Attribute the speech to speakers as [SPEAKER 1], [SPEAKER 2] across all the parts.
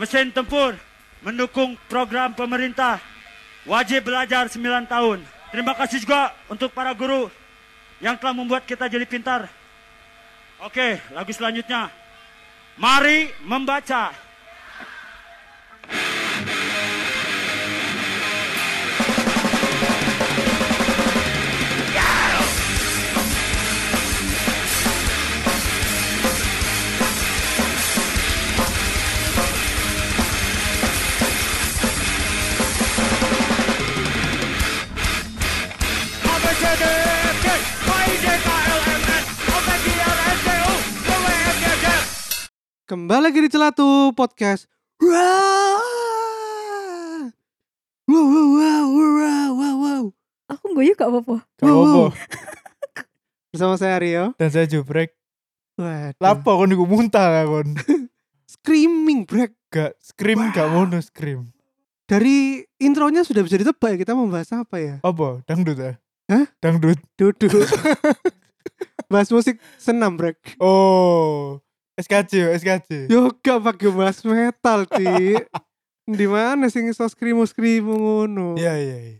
[SPEAKER 1] mesin tempur mendukung program pemerintah wajib belajar 9 tahun. Terima kasih juga untuk para guru yang telah membuat kita jadi pintar. Oke, lagu selanjutnya. Mari membaca.
[SPEAKER 2] Kembali lagi di Celatu Podcast. Wah. Wow wow wow wow wow wow.
[SPEAKER 3] Aku guyu gak apa-apa.
[SPEAKER 2] Wow,
[SPEAKER 4] Gak apa
[SPEAKER 2] wow. Bersama saya Rio.
[SPEAKER 4] Dan saya jubrek.
[SPEAKER 2] Hmm. Waduh.
[SPEAKER 4] Lapo kon iku muntah kon.
[SPEAKER 2] Screaming break.
[SPEAKER 4] Gak scream gak
[SPEAKER 2] Wow.
[SPEAKER 4] ngono scream.
[SPEAKER 2] Dari intronya sudah bisa ditebak ya kita membahas apa ya?
[SPEAKER 4] Apa? Dangdut ya?
[SPEAKER 2] Hah?
[SPEAKER 4] Dangdut.
[SPEAKER 2] Duduk. bahas musik senam break.
[SPEAKER 4] Oh. SKJ, SKJ.
[SPEAKER 2] Yoga pakai bahas metal di. Di mana sih ngisos skrimu skrimu ngono.
[SPEAKER 4] Iya, iya, iya.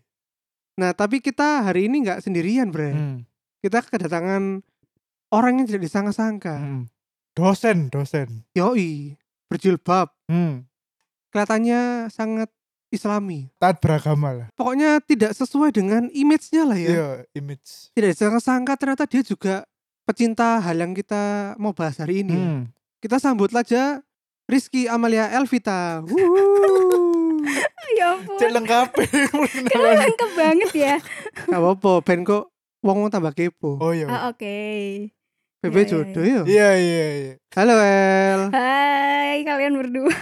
[SPEAKER 2] Nah tapi kita hari ini nggak sendirian bre.
[SPEAKER 4] Hmm,
[SPEAKER 2] Kita kedatangan orang yang tidak disangka-sangka.
[SPEAKER 4] hmm. Dosen, dosen.
[SPEAKER 2] Yoi, berjilbab,
[SPEAKER 4] Hmm.
[SPEAKER 2] kelihatannya sangat islami.
[SPEAKER 4] Taat beragama lah.
[SPEAKER 2] Pokoknya tidak sesuai dengan image-nya lah ya.
[SPEAKER 4] Iya, image.
[SPEAKER 2] Tidak disangka-sangka ternyata dia juga pecinta hal yang kita mau bahas hari ini.
[SPEAKER 4] Hmm.
[SPEAKER 2] Kita sambut aja Rizky Amalia Elvita. Wuhu.
[SPEAKER 3] Ya ampun.
[SPEAKER 4] Cek lengkap.
[SPEAKER 3] Kenapa lengkap banget ya?
[SPEAKER 2] Gak apa-apa, ben kok wong tambah kepo.
[SPEAKER 4] Oh iya.
[SPEAKER 3] Ah, Oke.
[SPEAKER 2] Bebe
[SPEAKER 3] iya, iya,
[SPEAKER 2] jodoh ya.
[SPEAKER 4] Iya, iya, iya.
[SPEAKER 2] Halo El,
[SPEAKER 3] Hai kalian berdua.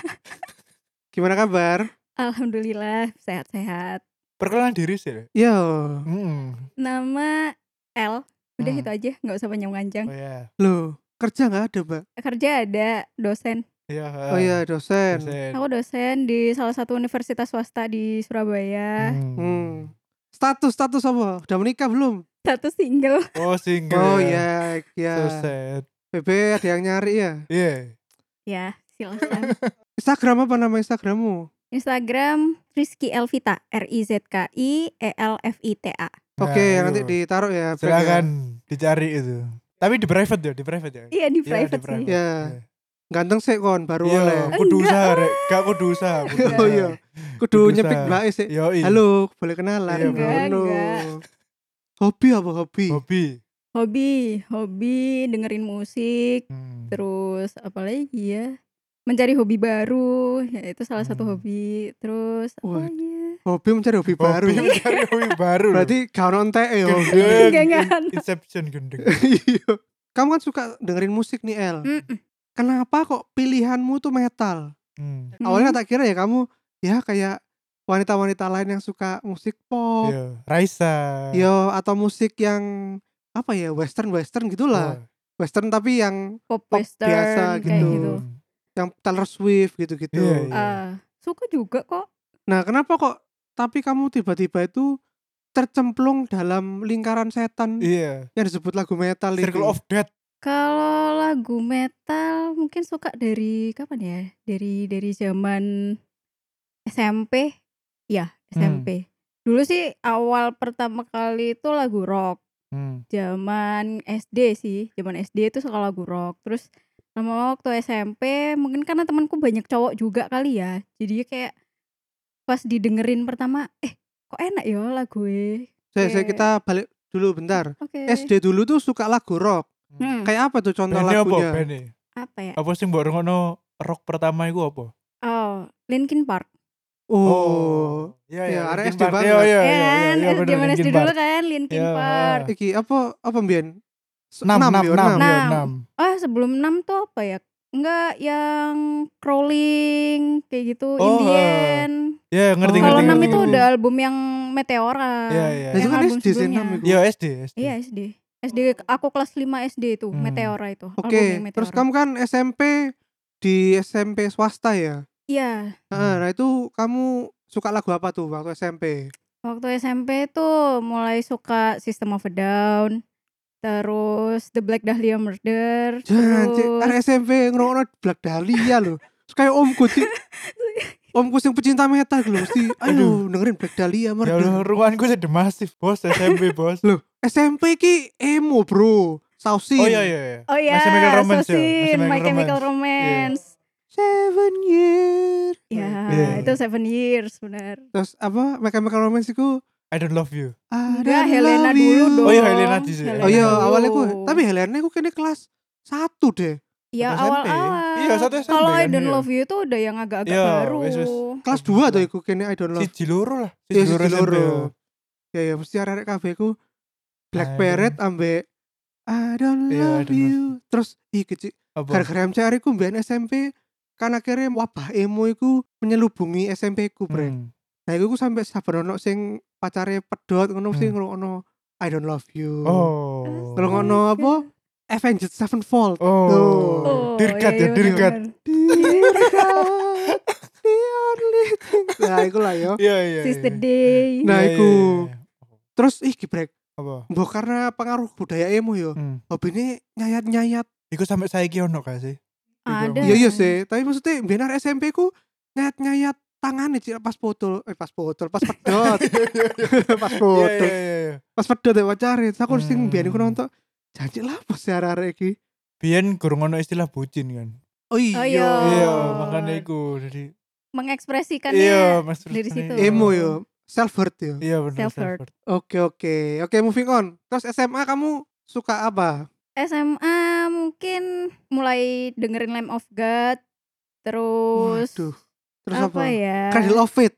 [SPEAKER 2] gimana kabar?
[SPEAKER 3] Alhamdulillah sehat-sehat.
[SPEAKER 4] Perkenalan diri sih. Le.
[SPEAKER 2] Yo,
[SPEAKER 4] Hmm.
[SPEAKER 3] Nama L. Udah
[SPEAKER 4] Hmm.
[SPEAKER 3] itu aja, nggak usah
[SPEAKER 2] Hmm.
[SPEAKER 3] panjang-panjang.
[SPEAKER 4] Oh iya.
[SPEAKER 2] lo kerja nggak ada, Mbak?
[SPEAKER 3] Kerja ada dosen.
[SPEAKER 4] Iya.
[SPEAKER 2] Oh iya, dosen.
[SPEAKER 4] Dosen.
[SPEAKER 3] Aku dosen di salah satu universitas swasta di Surabaya.
[SPEAKER 2] Hmm. Status status apa? Udah menikah belum?
[SPEAKER 3] Satu single.
[SPEAKER 4] Oh single.
[SPEAKER 2] Oh
[SPEAKER 4] ya.
[SPEAKER 2] ya,
[SPEAKER 4] So
[SPEAKER 2] ya.
[SPEAKER 4] sad.
[SPEAKER 2] Bebe ada yang nyari ya.
[SPEAKER 4] Iya.
[SPEAKER 3] Ya, silakan.
[SPEAKER 2] Instagram apa nama Instagrammu?
[SPEAKER 3] Instagram Rizky Elvita, R I Z K I E L F I T A.
[SPEAKER 4] Nah,
[SPEAKER 2] Oke,
[SPEAKER 4] itu.
[SPEAKER 2] nanti ditaruh ya. Beb,
[SPEAKER 4] Silakan dicari itu. Tapi di private ya, di private ya.
[SPEAKER 3] Iya di
[SPEAKER 4] Iya, di
[SPEAKER 3] private
[SPEAKER 2] Ya.
[SPEAKER 3] sih.
[SPEAKER 4] private.
[SPEAKER 2] Ya. Ganteng sih kon baru
[SPEAKER 4] Iya,
[SPEAKER 2] oleh.
[SPEAKER 4] kudu
[SPEAKER 3] Enggak.
[SPEAKER 4] usaha rek. Gak kudu usaha. kudu
[SPEAKER 2] Oh
[SPEAKER 4] usaha. Iya,
[SPEAKER 2] iya.
[SPEAKER 4] Kudu
[SPEAKER 2] Kudu nyepik
[SPEAKER 4] usaha.
[SPEAKER 2] mbak sih.
[SPEAKER 4] Yoi.
[SPEAKER 2] Halo, boleh kenalan.
[SPEAKER 4] Iya,
[SPEAKER 3] Enggak,
[SPEAKER 2] Ngono.
[SPEAKER 3] enggak.
[SPEAKER 2] Hobi apa hobi?
[SPEAKER 4] Hobi.
[SPEAKER 3] Hobi, hobi dengerin musik,
[SPEAKER 4] Hmm.
[SPEAKER 3] terus apa lagi ya? Mencari hobi baru, ya itu salah satu
[SPEAKER 4] Hmm.
[SPEAKER 3] hobi. Terus
[SPEAKER 2] Waduh.
[SPEAKER 3] apa lagi ya?
[SPEAKER 2] Hobi mencari hobi baru.
[SPEAKER 4] Hobi mencari hobi baru.
[SPEAKER 2] Berarti kau nontek ya hobi.
[SPEAKER 4] Gendeng.
[SPEAKER 3] Enggak, enggak, enggak.
[SPEAKER 4] Inception gendeng.
[SPEAKER 2] Iya. Kamu kan suka dengerin musik nih El.
[SPEAKER 3] Mm-mm.
[SPEAKER 2] Kenapa kok pilihanmu tuh metal?
[SPEAKER 4] Hmm.
[SPEAKER 2] awalnya tak kira ya kamu ya kayak wanita-wanita lain yang suka musik pop
[SPEAKER 4] Iya. Raisa.
[SPEAKER 2] yo atau musik yang apa ya western western
[SPEAKER 4] Iya.
[SPEAKER 2] gitulah western tapi yang
[SPEAKER 3] pop
[SPEAKER 2] pop
[SPEAKER 3] western
[SPEAKER 2] biasa
[SPEAKER 3] kayak
[SPEAKER 2] gitu.
[SPEAKER 3] gitu.
[SPEAKER 2] yang Taylor Swift gitu-gitu
[SPEAKER 4] Iya, iya.
[SPEAKER 3] Ah, suka juga kok.
[SPEAKER 2] nah kenapa kok tapi kamu tiba-tiba itu tercemplung dalam lingkaran setan
[SPEAKER 4] Iya.
[SPEAKER 2] yang disebut lagu metal itu
[SPEAKER 4] Circle of Death.
[SPEAKER 3] Kalau lagu metal mungkin suka dari kapan ya? Dari dari zaman SMP. Ya, SMP. Dulu sih awal pertama kali itu lagu rock.
[SPEAKER 4] Hmm.
[SPEAKER 3] Zaman SD sih, zaman SD itu suka lagu rock. Terus lama waktu SMP mungkin karena temanku banyak cowok juga kali ya. Jadi kayak pas didengerin pertama, eh kok enak ya lagu e.
[SPEAKER 2] saya, saya
[SPEAKER 3] Oke.
[SPEAKER 2] kita balik dulu bentar
[SPEAKER 3] Oke.
[SPEAKER 2] SD dulu tuh suka lagu rock
[SPEAKER 3] Hmm,
[SPEAKER 2] kayak apa tuh contoh
[SPEAKER 4] Band-nya apa?
[SPEAKER 2] lagunya
[SPEAKER 4] Band-nya?
[SPEAKER 3] apa ya?
[SPEAKER 4] Apa sih mbok rungokno rock pertama iku apa?
[SPEAKER 3] Oh, Linkin Park.
[SPEAKER 2] oh
[SPEAKER 4] Iya,
[SPEAKER 2] iya, arek
[SPEAKER 4] Linkin
[SPEAKER 2] SD
[SPEAKER 4] Park.
[SPEAKER 2] banget.
[SPEAKER 4] Iya, iya, iya, iya,
[SPEAKER 3] kan
[SPEAKER 4] iya, bener,
[SPEAKER 3] zaman
[SPEAKER 4] Linkin
[SPEAKER 3] SD
[SPEAKER 4] Park.
[SPEAKER 3] dulu kan Linkin
[SPEAKER 4] Iya,
[SPEAKER 3] Park
[SPEAKER 2] iki apa apa Bian
[SPEAKER 4] Enam, enam,
[SPEAKER 2] yo,
[SPEAKER 4] enam, iya,
[SPEAKER 3] Enam.
[SPEAKER 4] enam.
[SPEAKER 3] ah sebelum 6 tuh apa ya enggak yang crawling kayak gitu
[SPEAKER 4] Oh,
[SPEAKER 3] in the
[SPEAKER 4] ah.
[SPEAKER 3] end
[SPEAKER 4] Iya, ngerti,
[SPEAKER 2] Oh.
[SPEAKER 3] kalau
[SPEAKER 4] ngerti,
[SPEAKER 3] 6
[SPEAKER 4] ngerti.
[SPEAKER 3] itu
[SPEAKER 2] ngerti.
[SPEAKER 3] udah album yang Meteora
[SPEAKER 4] Iya, iya.
[SPEAKER 2] Nah, itu
[SPEAKER 3] Yang
[SPEAKER 2] kan
[SPEAKER 3] album
[SPEAKER 2] SD sih,
[SPEAKER 3] sebelumnya.
[SPEAKER 2] enam itu.
[SPEAKER 4] Iya, SD, SD.
[SPEAKER 3] iya SD SD aku kelas 5 SD itu
[SPEAKER 4] Hmm.
[SPEAKER 3] Meteora itu album
[SPEAKER 2] Oke,
[SPEAKER 3] yang
[SPEAKER 2] terus
[SPEAKER 3] Meteora.
[SPEAKER 2] kamu kan SMP di SMP swasta ya.
[SPEAKER 3] iya
[SPEAKER 2] Heeh,
[SPEAKER 4] Hmm.
[SPEAKER 2] Nah itu kamu suka lagu apa tuh waktu SMP?
[SPEAKER 3] waktu SMP tuh mulai suka System of a Down terus The Black Dahlia Murder
[SPEAKER 2] Jangan, cik,
[SPEAKER 3] terus
[SPEAKER 2] ada SMP ngerokok Black Dahlia loh. Terus Kayak omku cik, omku yang pecinta metal gitu loh, mesti aduh dengerin Black Dahlia
[SPEAKER 4] Ya Allah,
[SPEAKER 2] merdu.
[SPEAKER 4] ruanganku sudah masif, bos. SMP, bos.
[SPEAKER 2] Loh, SMP ki emo, Bro. Sausin.
[SPEAKER 4] Oh iya, iya, iya.
[SPEAKER 3] Oh iya,
[SPEAKER 4] Masih Chemical Romance ya? Masih
[SPEAKER 3] Sosin, My
[SPEAKER 4] Chemical
[SPEAKER 3] Chemical
[SPEAKER 4] Romance.
[SPEAKER 2] Iya.
[SPEAKER 3] Romance.
[SPEAKER 2] Seven year.
[SPEAKER 3] Ya,
[SPEAKER 4] Iya.
[SPEAKER 3] itu Seven Years benar.
[SPEAKER 2] Terus apa? Mechanical Romance itu
[SPEAKER 4] I don't love you.
[SPEAKER 2] I
[SPEAKER 3] Enggak,
[SPEAKER 2] don't
[SPEAKER 3] Helena
[SPEAKER 2] love
[SPEAKER 3] dulu
[SPEAKER 2] you.
[SPEAKER 3] dong.
[SPEAKER 4] Oh iya, Helena di sini.
[SPEAKER 2] Oh iya,
[SPEAKER 3] dulu.
[SPEAKER 2] awalnya gue, tapi Helena gue kayaknya kelas satu deh.
[SPEAKER 3] Iya,
[SPEAKER 4] Satu SMP.
[SPEAKER 3] awal-awal.
[SPEAKER 4] Iya, satu SMP
[SPEAKER 3] Kalau I
[SPEAKER 4] kan,
[SPEAKER 3] Don't
[SPEAKER 4] iya.
[SPEAKER 3] Love You itu udah yang agak-agak
[SPEAKER 4] Iya,
[SPEAKER 3] baru.
[SPEAKER 4] wes, wes.
[SPEAKER 2] Kelas dua tuh gue kayaknya I don't
[SPEAKER 4] Si
[SPEAKER 2] love.
[SPEAKER 4] Jiloro lah.
[SPEAKER 2] Iya, si
[SPEAKER 4] SMP,
[SPEAKER 2] Jiloro.
[SPEAKER 4] ya.
[SPEAKER 2] Ya ya, mesti arek kabeh ku Black
[SPEAKER 4] I
[SPEAKER 2] Parrot ambe I don't
[SPEAKER 4] Iya, I
[SPEAKER 2] love
[SPEAKER 4] don't love
[SPEAKER 2] you. Terus ih kecil
[SPEAKER 4] Apa?
[SPEAKER 2] gara-gara MCR ku mbien SMP kan akhirnya wabah emo iku menyelubungi SMP ku, Bre.
[SPEAKER 4] Hmm.
[SPEAKER 2] Nah, iku ku sampe saben ono sing pacare pedot ngono mesti
[SPEAKER 4] Hmm.
[SPEAKER 2] ngrungokno I don't love you.
[SPEAKER 4] Oh.
[SPEAKER 2] Kalau ngono
[SPEAKER 3] Iya.
[SPEAKER 2] apa? Avenged Sevenfold.
[SPEAKER 4] Oh.
[SPEAKER 3] Iya,
[SPEAKER 4] Dirgat ya, dirgat.
[SPEAKER 2] Dear God, the only thing. Nah, iku lah yo.
[SPEAKER 4] Iya, iya. iya.
[SPEAKER 3] Sister Day.
[SPEAKER 2] Nah,
[SPEAKER 4] Iya, iya,
[SPEAKER 2] iku.
[SPEAKER 4] iya.
[SPEAKER 2] Terus ih gebrek,
[SPEAKER 4] Apa?
[SPEAKER 2] mbok karena pengaruh budaya emo yo.
[SPEAKER 4] Hmm.
[SPEAKER 2] Hobine nyayat-nyayat.
[SPEAKER 4] Iku sampai saiki ono gak sih?
[SPEAKER 3] Ada.
[SPEAKER 2] Iya iya sih, tapi maksudnya benar SMP ku nyayat-nyayat tangannya cik pas foto eh pas foto pas pedot pas
[SPEAKER 4] Iya,
[SPEAKER 2] foto
[SPEAKER 4] iya, iya, iya.
[SPEAKER 2] pas pedot ya wacare Terus aku sing
[SPEAKER 4] Hmm.
[SPEAKER 2] biar aku nonton janji lah pas si arek iki
[SPEAKER 4] Biyen gurung ono istilah bucin kan.
[SPEAKER 2] oh
[SPEAKER 3] iya. Oh.
[SPEAKER 4] Iya, makanya iku. Jadi
[SPEAKER 3] Mengekspresikannya.
[SPEAKER 4] Iya, Mas.
[SPEAKER 3] dari situ.
[SPEAKER 2] emo yo self hurt yo
[SPEAKER 4] Iya, benar.
[SPEAKER 3] Self hurt.
[SPEAKER 4] self hurt.
[SPEAKER 2] Oke oke oke moving on. Terus SMA kamu suka apa?
[SPEAKER 3] SMA mungkin mulai dengerin Lamb of God. Terus
[SPEAKER 2] Waduh. Terus
[SPEAKER 3] apa,
[SPEAKER 2] apa? Kan
[SPEAKER 3] ya?
[SPEAKER 2] Cradle of Fate.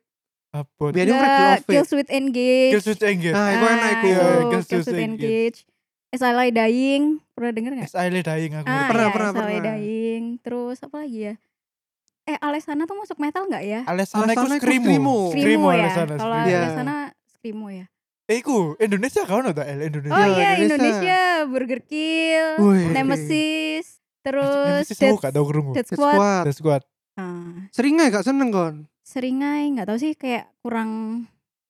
[SPEAKER 4] Apa?
[SPEAKER 2] Biar
[SPEAKER 3] Nggak,
[SPEAKER 2] Cradle of Fate.
[SPEAKER 3] Kills with Engage.
[SPEAKER 4] Kills with Anger.
[SPEAKER 2] Nah, itu enak iku.
[SPEAKER 4] iya,
[SPEAKER 3] itu,
[SPEAKER 4] Kills
[SPEAKER 3] Kills
[SPEAKER 4] with
[SPEAKER 3] with
[SPEAKER 4] Engage.
[SPEAKER 3] Engage. As I Lie Dying. Pernah denger nggak?
[SPEAKER 4] Yes, I lay dying aku.
[SPEAKER 3] Ah,
[SPEAKER 2] Pernah,
[SPEAKER 3] ya,
[SPEAKER 2] pernah,
[SPEAKER 3] As I Lay
[SPEAKER 2] pernah.
[SPEAKER 3] Dying. Terus apa lagi ya? Eh, Alessana tuh masuk metal nggak ya?
[SPEAKER 4] Alessana
[SPEAKER 2] Alessana iku Ah,
[SPEAKER 4] iku
[SPEAKER 2] Oh, Screamo.
[SPEAKER 4] skrimo.
[SPEAKER 3] Screamo ya.
[SPEAKER 4] Alessana.
[SPEAKER 3] Kalau
[SPEAKER 4] Screamo.
[SPEAKER 2] Iya.
[SPEAKER 3] Alessana Screamo ya.
[SPEAKER 4] Eh, iku Indonesia kau nonton El Indonesia.
[SPEAKER 3] Oh iya,
[SPEAKER 2] Indonesia.
[SPEAKER 3] Indonesia, Burger Kill,
[SPEAKER 2] Wih.
[SPEAKER 3] Nemesis, Oh, terus
[SPEAKER 4] Nemesis aku
[SPEAKER 3] Dead,
[SPEAKER 4] gak tau kerungu.
[SPEAKER 3] Dead
[SPEAKER 2] Dead
[SPEAKER 3] Squad.
[SPEAKER 2] Squad.
[SPEAKER 4] The Squad.
[SPEAKER 3] Ah,
[SPEAKER 2] Sering nggak gak seneng kon?
[SPEAKER 3] seringai nggak tahu sih kayak kurang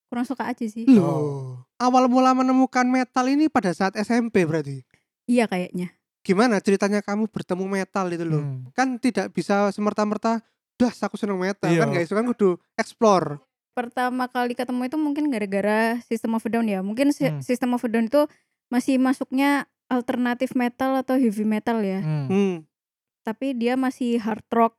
[SPEAKER 3] kurang suka aja sih.
[SPEAKER 4] Hmm.
[SPEAKER 2] Loh. Awal mula menemukan metal ini pada saat SMP berarti.
[SPEAKER 3] Iya kayaknya.
[SPEAKER 2] Gimana ceritanya kamu bertemu metal itu loh?
[SPEAKER 4] Hmm.
[SPEAKER 2] Kan tidak bisa semerta-merta das aku seneng metal
[SPEAKER 4] Iya.
[SPEAKER 2] kan guys kan kudu explore.
[SPEAKER 3] Pertama kali ketemu itu mungkin gara-gara System of a Down ya. Mungkin si-
[SPEAKER 4] Hmm.
[SPEAKER 3] System of a Down itu masih masuknya alternatif metal atau heavy metal ya.
[SPEAKER 4] Hmm.
[SPEAKER 2] Hmm.
[SPEAKER 3] Tapi dia masih hard rock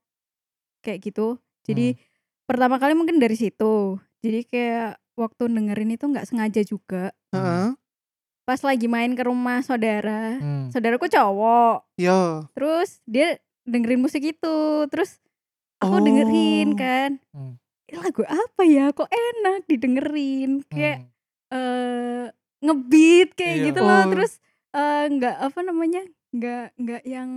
[SPEAKER 3] kayak gitu.
[SPEAKER 4] Hmm.
[SPEAKER 3] Jadi pertama kali mungkin dari situ. Jadi kayak waktu dengerin itu nggak sengaja juga.
[SPEAKER 4] Hmm.
[SPEAKER 2] Heeh.
[SPEAKER 3] pas lagi main ke rumah saudara
[SPEAKER 4] Hmm.
[SPEAKER 3] saudaraku cowok
[SPEAKER 2] Yo.
[SPEAKER 3] terus dia dengerin musik itu terus aku
[SPEAKER 2] Oh.
[SPEAKER 3] dengerin kan
[SPEAKER 4] Hmm.
[SPEAKER 3] "Ini lagu apa ya kok enak didengerin kayak
[SPEAKER 4] Hmm.
[SPEAKER 3] eh, ngebeat kayak
[SPEAKER 4] Iya.
[SPEAKER 3] gitu loh
[SPEAKER 2] Oh.
[SPEAKER 3] terus eh, nggak apa namanya nggak nggak yang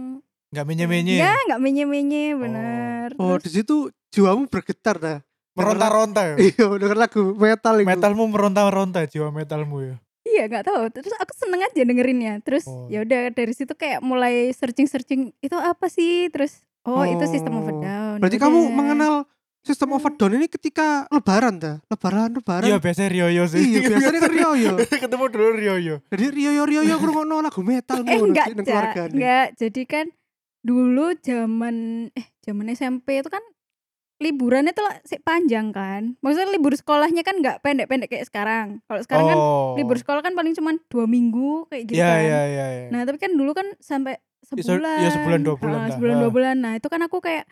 [SPEAKER 4] Gak menye-menye.
[SPEAKER 3] ya nggak menye menye bener
[SPEAKER 2] Oh, di
[SPEAKER 3] Terus
[SPEAKER 2] situ jiwamu bergetar dah.
[SPEAKER 4] Meronta-ronta ya.
[SPEAKER 2] Iya, denger lagu metal itu.
[SPEAKER 4] Metalmu meronta-ronta jiwa metalmu ya.
[SPEAKER 3] iya nggak tahu terus aku seneng aja dengerinnya terus
[SPEAKER 4] Oh.
[SPEAKER 3] ya udah dari situ kayak mulai searching searching itu apa sih terus oh, itu sistem of a
[SPEAKER 2] Oh.
[SPEAKER 3] down
[SPEAKER 2] Berarti kamu
[SPEAKER 3] Udah.
[SPEAKER 2] mengenal sistem
[SPEAKER 3] Hmm.
[SPEAKER 2] overdone ini ketika lebaran dah. Lebaran, lebaran.
[SPEAKER 4] Iya biasanya Rioyo sih.
[SPEAKER 2] Iya, biasanya kan Rioyo.
[SPEAKER 4] Ketemu dulu Rioyo.
[SPEAKER 2] Jadi Rioyo Rioyo ngrungokno lagu metal
[SPEAKER 3] eh
[SPEAKER 2] ngono,
[SPEAKER 3] enggak
[SPEAKER 2] cik, nang
[SPEAKER 3] Cak.
[SPEAKER 2] keluargane.
[SPEAKER 3] enggak jadi kan dulu zaman eh zaman SMP itu kan liburannya tuh lah sik panjang kan maksudnya libur sekolahnya kan nggak pendek-pendek kayak sekarang kalau sekarang kan
[SPEAKER 4] Oh.
[SPEAKER 3] libur sekolah kan paling cuman dua minggu kayak gitu
[SPEAKER 4] Iya
[SPEAKER 3] kan.
[SPEAKER 4] iya iya. iya.
[SPEAKER 3] nah tapi kan dulu kan sampai
[SPEAKER 4] se-
[SPEAKER 3] sebulan
[SPEAKER 4] ya Iya, sebulan, dua bulan
[SPEAKER 3] Ah,
[SPEAKER 4] lah.
[SPEAKER 3] sebulan dua
[SPEAKER 4] Ah.
[SPEAKER 3] bulan nah itu kan aku kayak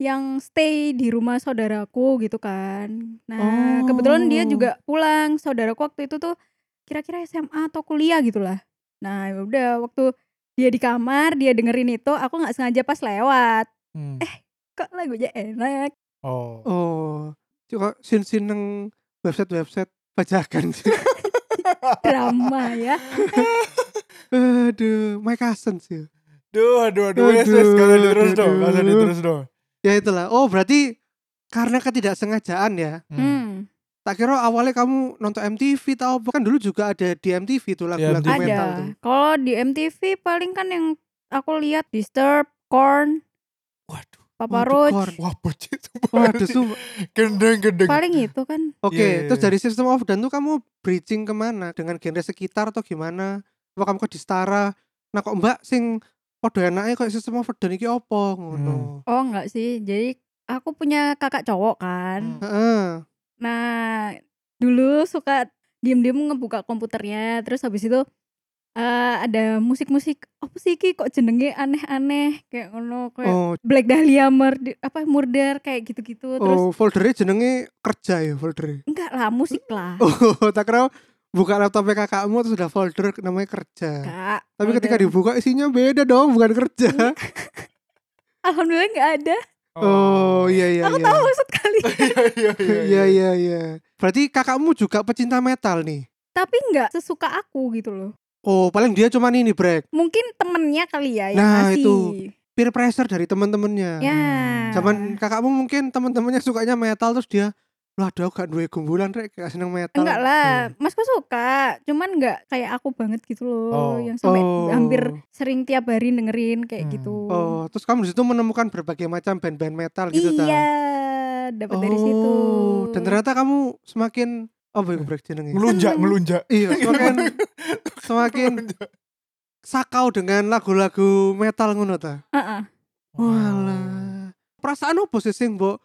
[SPEAKER 3] yang stay di rumah saudaraku gitu kan nah
[SPEAKER 2] Oh.
[SPEAKER 3] kebetulan dia juga pulang saudaraku waktu itu tuh kira-kira SMA atau kuliah gitulah nah ya udah waktu dia di kamar dia dengerin itu aku nggak sengaja pas lewat
[SPEAKER 4] Hmm.
[SPEAKER 3] eh. kok lagunya enak
[SPEAKER 4] Oh.
[SPEAKER 2] Oh. Coba sin-sin nang website-website bajakan. Cik.
[SPEAKER 3] drama ya
[SPEAKER 2] Aduh, my cousin sih.
[SPEAKER 4] Duh, aduh, aduh, yes,
[SPEAKER 2] Aduh,
[SPEAKER 4] yes, gak usah diterus
[SPEAKER 2] aduh,
[SPEAKER 4] dong, gak usah
[SPEAKER 2] aduh.
[SPEAKER 4] diterus dong.
[SPEAKER 2] Ya itulah. Oh, berarti karena ketidaksengajaan ya.
[SPEAKER 4] Hmm.
[SPEAKER 3] Hmm,
[SPEAKER 2] Tak kira awalnya kamu nonton MTV tau apa kan dulu juga ada di MTV tuh lagu-lagu
[SPEAKER 4] MTV.
[SPEAKER 2] metal tuh.
[SPEAKER 3] ada kalau di MTV paling kan yang aku lihat Disturb Korn
[SPEAKER 4] Waduh, Oh,
[SPEAKER 3] Papa
[SPEAKER 2] Waduh,
[SPEAKER 3] Roach
[SPEAKER 2] Korn.
[SPEAKER 4] wah bocet,
[SPEAKER 2] Waduh, sumpah.
[SPEAKER 4] gendeng, gendeng.
[SPEAKER 3] paling itu kan
[SPEAKER 2] Oke,
[SPEAKER 4] Iya, iya,
[SPEAKER 2] terus
[SPEAKER 4] iya.
[SPEAKER 2] dari System of a Down tuh kamu bridging kemana? Dengan genre sekitar atau gimana? Apa kamu kok di setara? Nah
[SPEAKER 4] Hmm.
[SPEAKER 2] kok mbak sing podo enaknya kok System of a Down iki opo ngono?
[SPEAKER 3] Oh enggak sih, jadi aku punya kakak cowok kan.
[SPEAKER 4] Hmm.
[SPEAKER 2] Heeh.
[SPEAKER 3] Nah, dulu suka diem-diem ngebuka komputernya, terus habis itu eh, ada musik-musik apa sih ki kok jenenge aneh-aneh kayak ngono kayak
[SPEAKER 2] Oh,
[SPEAKER 3] Black Dahlia murder, apa murder kayak gitu-gitu. Terus
[SPEAKER 2] oh foldernya jenenge kerja ya foldernya.
[SPEAKER 3] enggak lah musik lah.
[SPEAKER 2] Oh, tak kira buka laptopnya kakakmu terus udah folder namanya kerja.
[SPEAKER 3] Kak,
[SPEAKER 2] Tapi ketika
[SPEAKER 3] murder.
[SPEAKER 2] dibuka isinya beda dong, bukan kerja.
[SPEAKER 3] Alhamdulillah enggak ada.
[SPEAKER 2] Oh, iya iya
[SPEAKER 3] aku
[SPEAKER 2] iya.
[SPEAKER 3] tahu maksud kali.
[SPEAKER 4] iya
[SPEAKER 2] Iya iya iya. Berarti kakakmu juga pecinta metal nih.
[SPEAKER 3] Tapi enggak sesuka aku gitu loh.
[SPEAKER 2] Oh, paling dia cuman ini break.
[SPEAKER 3] Mungkin temennya kali ya yang
[SPEAKER 2] Nah,
[SPEAKER 3] ngasih.
[SPEAKER 2] itu. Peer pressure dari teman-temannya.
[SPEAKER 3] Ya.
[SPEAKER 2] Cuman kakakmu mungkin teman-temannya sukanya metal terus dia Wah, ada gak duwe gumbulan rek gak seneng metal.
[SPEAKER 3] Enggak lah,
[SPEAKER 2] Hmm.
[SPEAKER 3] masku suka, cuman enggak kayak aku banget gitu loh,
[SPEAKER 4] Oh.
[SPEAKER 3] yang sampai
[SPEAKER 2] Oh.
[SPEAKER 3] hampir sering tiap hari dengerin kayak
[SPEAKER 4] Hmm.
[SPEAKER 3] gitu.
[SPEAKER 2] Oh, terus kamu di situ menemukan berbagai macam band-band metal gitu ta?
[SPEAKER 3] iya, dapat dari situ.
[SPEAKER 2] Oh, Dan ternyata kamu semakin oh boy break jenengnya.
[SPEAKER 4] melunjak
[SPEAKER 3] Seneng.
[SPEAKER 4] melunjak
[SPEAKER 2] Iya, semakin semakin
[SPEAKER 4] Melunjak.
[SPEAKER 2] sakau dengan lagu-lagu metal ngono ta.
[SPEAKER 3] Heeh.
[SPEAKER 2] Walah. Perasaan opo sih sing mbok